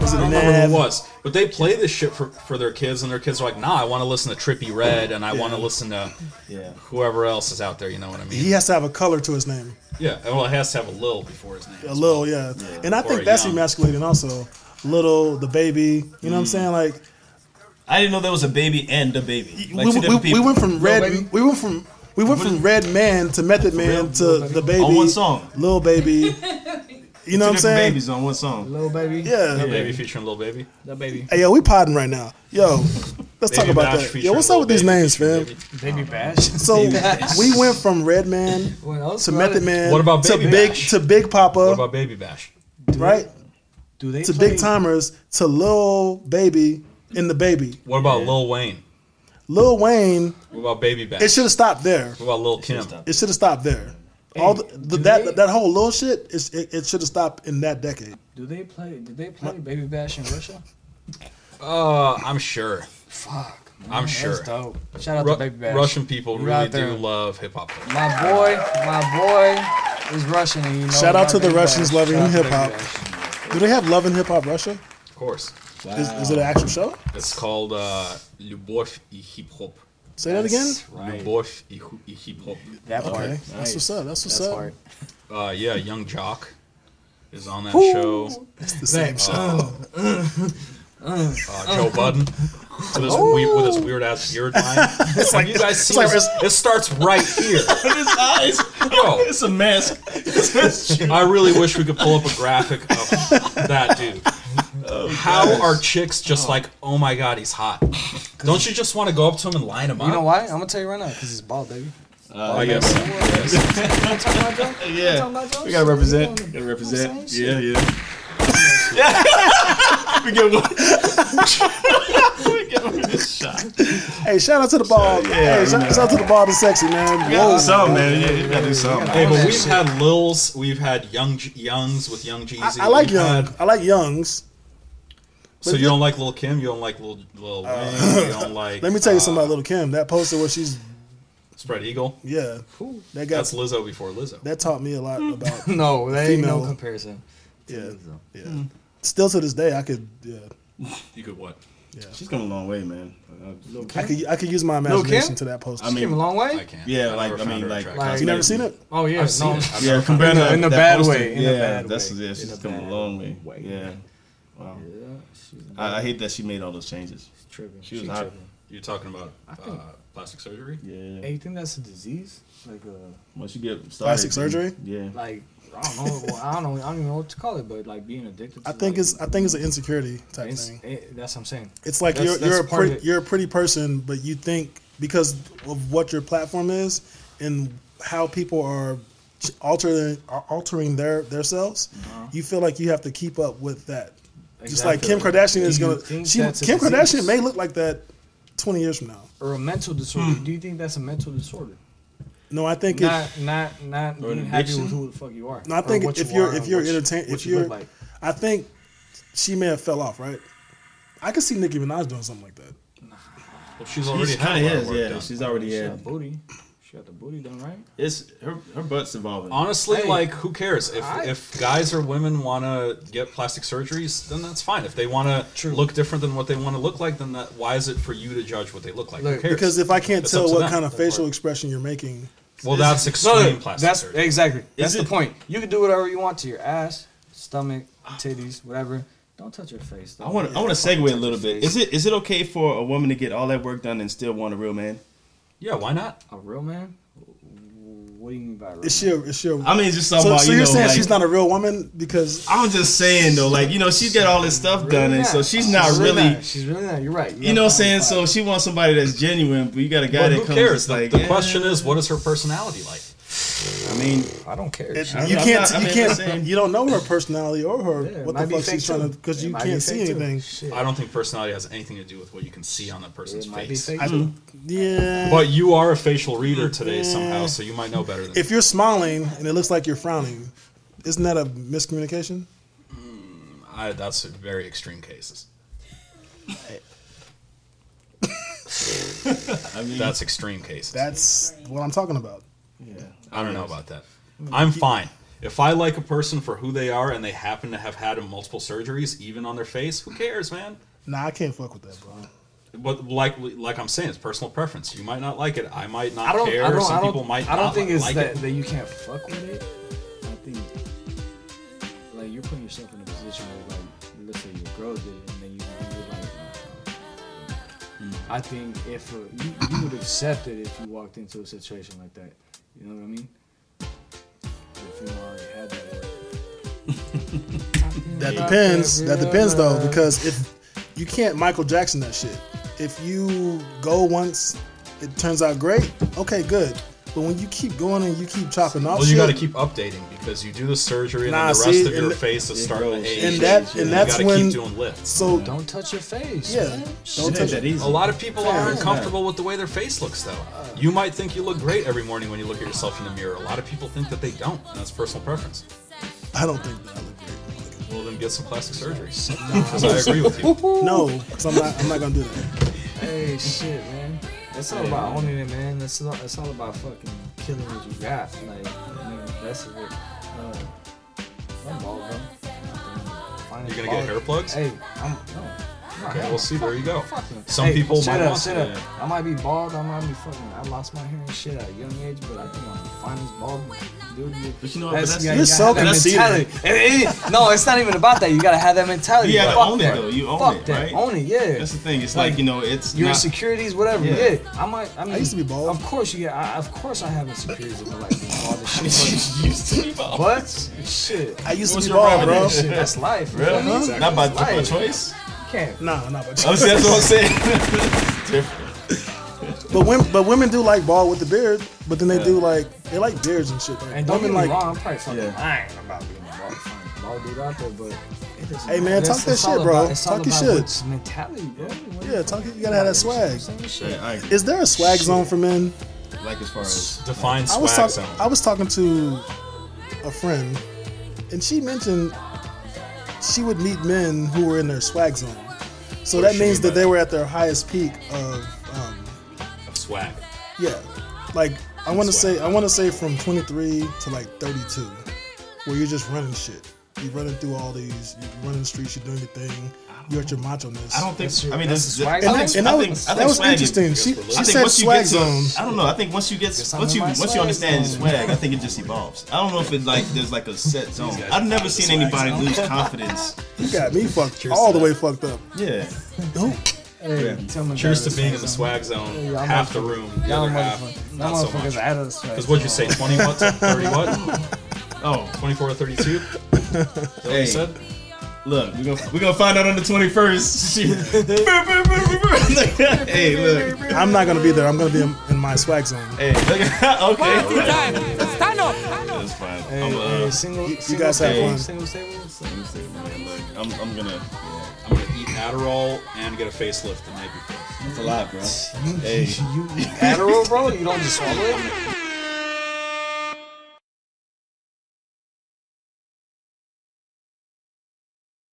Was it I don't remember Nav? who it was, but they play this shit for, for their kids, and their kids are like, "Nah, I want to listen to Trippy Red, and I want to listen to Yeah. whoever else is out there." You know what I mean? He has to have a color to his name. Yeah. Well, it has to have a Lil before his name. A little, yeah. And I Or think that's young. Mm. emasculating also. Little, the baby. You know what I'm saying? Like I didn't know there was a baby and a baby. Like two we, we, different we people. went from red Baby? we went from we went from Red Man to Method Man to the baby On one song. Little Baby. You know what I'm Two different saying? Babies on one song. Little baby. Yeah. Baby featuring Lil Baby. Little baby. Hey yo, we podding right now. Yo, let's talk Baby about Bash that. Yo, featuring what's up Lil with these Baby names, featuring fam? Baby. Baby bash. So we went from Red Man What else? to What- Method Man What about to Baby Big Bash? to Big What Papa, about Baby Bash? right? Do they to play- big timers to Lil Baby and the Baby. What about Lil Wayne? Lil Wayne, What about Baby Bash? it should have stopped there. what about Lil Kim? It should have stopped there. All the, the, that that whole Lil shit, it's, it, it should have stopped in that decade. Do they play? Did they play Baby Bash in Russia? Uh, I'm sure. Fuck. man, I'm sure. That's dope. Shout out Ru- to Baby Bash. Russian people You really out do there. love hip hop. culture. My boy, my boy is Russian, and you know. Shout out to the Baby Russians Bash. loving Shout out to hip Baby hop. Bash. Do they have Love and Hip Hop Russia? Of course. Is, is it an actual show? It's called uh, Любовь и хип хоп. Say that again. That's Right. Любовь и, ху- и хип хоп. That part. Okay, that's what's up. That's what's That's up. hard. Uh, yeah, Young Jock is on that show. It's the same show. Uh, Joe Budden with his, we- with his weird ass beard line. it's like, you guys see like this? It starts right here. his eyes. Yo, uh, It's a mask. I really wish we could pull up a graphic of that dude. How are chicks just like, oh my god, he's hot? Don't you just want to go up to him and line him up? You know why? I'm gonna tell you right now, because it's bald, baby. I guess. [laughs] yeah. We gotta represent. We gotta represent. Yeah, yeah. [laughs] we get one. we get one of this shot. Hey, shout out to the ball. hey, shout, shout out to the ball. The sexy man. Gotta do Whoa. something, man. Yeah, you gotta do something. Hey, but that we've had Lils, we've had Young J- Youngs with Young Jeezy. I like we've Young. had- I like Young's. so you don't like Lil Kim, you don't like Lil Lil Wayne, [laughs] you don't like. Uh, Let me tell you uh, something about Little Kim. That poster where she's Spread Eagle. yeah. That got That's Lizzo before Lizzo. that taught me a lot about No, there ain't no Female. comparison. yeah yeah. Still to this day, I could yeah. You could what? She's come a long way, man. I could I could use my Lil' imagination Kim? to that poster. I Came mean, a long I way. can't. Yeah, I like, never I found mean, her like- attractive. Like- you never seen it? Oh yeah, I've seen no, [laughs] it. I've yeah, compared In to a- in a that bad poster, way, in a yeah, bad that's way, yeah, she's come a long way. Yeah, wow. I, I hate that she made all those changes. Tripping. She was hot. You're talking about uh, think- plastic surgery? Yeah, Hey, you think that's a disease? Like a once you get started, Plastic surgery? Yeah, like I don't know. well, I don't know. I don't even know what to call it, but like being addicted. To I think like, it's I think it's an insecurity type it's- thing. it- that's what I'm saying. It's like That's- you're you're a that's part of pretty it. you're a pretty person, but you think because of what your platform is and how people are ch- altering are altering their their selves, Uh-huh. you feel like you have to keep up with that. Just like Kim Exactly. Kardashian is Do you gonna, think she that's a Kim disease? Kardashian may look like that twenty years from now. or a mental disorder. Do you think that's a mental disorder? No, I think if, Not not not Or an being happy addiction? with who the fuck you are. No, I or think what if you you're- are if and you're what you- entertain- what if you look you're- I think she may have fell off, right? I could see Nicki Minaj doing something like that. Well, she's she already had kind a of lot of is. work Yeah, done. she's already she yeah. got booty. She got the booty done right. It's her her butt's evolving. Honestly, Hey. like, who cares? If, I- if guys or women want to get plastic surgeries, then that's fine. If they want to look different than what they want to look like, then that, why is it for you to judge what they look like? who Look, cares? Because if I can't It's up tell to what them, kind of that facial part. expression you're making, well, that's No, extreme no, plastic that's surgery. exactly. That's the it- point. You can do whatever you want to your ass, stomach, titties, whatever. Don't touch her face. Though. I want to. I want to segue a little bit. Is it is it okay for a woman to get all that work done and still want a real man? Yeah, why not? a real man. What do you mean by real? Is she? A, is she? A, I mean, it's just so, something. about, so you you're know, saying like- she's not a real woman because I'm just saying though, like you know, she's got all this stuff done, and so she's not really. not. She's really not. You're right. You know what I'm saying? So she wants somebody that's genuine, but you got a guy But that who comes cares? The, like the yeah, question is, what is her personality like? I mean, I don't care. it, I'm you not- can't. I'm you not saying- can't. You don't know her personality or her Yeah, it what might the be fuck fake she's trying to too. because It you might be can't fake see too. anything. Shit. I don't think personality has anything to do with what you can see on that person's It might be face. fake. I- too. Yeah. But you are a facial reader today Yeah. somehow, so you might know better than if you're smiling and it looks like you're frowning, isn't that a miscommunication? I, that's very extreme cases. I mean, that's extreme cases. That's what I'm talking about. I don't know about that. I'm fine. If I like a person for who they are and they happen to have had multiple surgeries, even on their face, who cares, man? Nah, I can't fuck with that, bro. But like, like I'm saying, it's personal preference. You might not like it. I might not I don't. care. I don't. Some I people don't. might. I don't not think it's like that, It. that you can't fuck with it. I think like you're putting yourself in a position where like let's say your girl did it and then you you're like. nah. Hmm. I think if uh, you, you would accept it if you walked into a situation like that, you know what I mean? If you already had that. work. [laughs] That depends. That depends though, because if you can't Michael Jackson that shit. If you go once, it turns out great. Okay, good. But when you keep going and you keep chopping off, Well, you got to shit, keep updating because you do the surgery and Nah, then the rest see, of your and- face is starting to age. And that- and that's you gotta when- keep doing lifts. So Don't touch your face. yeah, man. don't It ain't touch that it. easy. A lot of people are uncomfortable with the way their face looks, though. You might think you look great every morning when you look at yourself in the mirror. A lot of people think that they don't. and That's personal preference. I don't think that I look great. Well, then get some [laughs] plastic surgery. Because I agree with you. No, 'cause I'm not. I'm not gonna do that. Hey, shit, man. It's all about owning it, man. It's all, it's all about fucking killing what you got. Like, I mean, that's it. Uh, I'm bald, bro. You're gonna get hair plugs? Hey, I'm. No. I'm not Okay, having we'll see. a There fuck- you go. fuck no. Some Hey, people shut might up, want shut to. up. I might be bald. I might be fucking. I lost my hair and shit at a young age, but I think I'm the finest bald dude. But you know, That's- but that's- you're yeah, gotta so have that conceited. mentality. It- it- no, it's not even about that. You gotta have that mentality. You gotta Fuck own it, that. though. You own Fuck it, that. right? Own it, yeah. that's the thing. It's like you know, it's Your not- [laughs] insecurities, whatever. Yeah. Yeah. I might. I mean, used to be bald. Of course, you. get- I, of course, I have insecurities in my life. All this [laughs] shit. used to be bald. But shit, I used to What's be your bald, problem? bro. that shit, that's life. you Really? feel me? Not by That's by life. choice. You can't. Nah, nah. But, I'm saying- that's what I'm saying. but women, but women do like bald with the beard. But then they do like they like beards and shit. Like, And don't get women me like wrong. I'm probably fucking Yeah. lying about being a bald, fucking bald dude out there, but. it doesn't Hey, man, matter. talk It's- that it's shit, all bro. about- it's all Talk your about shit. what's Mentality, bro. What Yeah, the talk- fuck? you gotta have that swag. Same shit. Yeah, I Is there a swag zone for men? like as far as Define I was swag talking. zone. I was talking to a friend, and she mentioned she would meet men who were in their swag zone. So does that she means mean that by they that? were at their highest peak of, um, Swag. yeah, like I want to Swag. say I want to say from 23 to like 32, where you're just running shit. You're running through all these. You're running the streets. You're doing your thing. You're at your macho ness. I don't think. That's your- I mean, that's this is the swag And, I that, think- and I that think- was, I that think was swag is- interesting. She, she I think said once you swag get to, zone. [laughs] I don't know. I think once you get Guess I'm once in you my once you swag understand zone. swag, I think it just evolves. I don't know if it like there's like a set zone. guys I've are never the seen swag anybody zone. lose confidence. You got me fucked all uh, the way fucked up. Yeah. Who? Hey, tell me Cheers to about it. being in the swag zone. y'all Half the room. The Y'all other half, motherfuckers, y'all not so motherfuckers much. out of the swag. Because what'd you say? zone. [laughs] 20 what? 30 what? Oh, 24 to 32? Is that what Hey. you said? Look, we're gonna, we're gonna find out on the [laughs] 21st. hey, look. I'm not gonna be there. I'm gonna be in, in my swag zone. Hey, look. [laughs] okay. Time. Stand up. That's fine. Hey, I'm, hey, uh, single, you- you single guys have table, fun. Single table, single- man, look, I'm, I'm gonna. Yeah, I'm going to eat Adderall and get a facelift the night before. that's a lot, bro. You, you, you Adderall, bro? You don't just swallow it?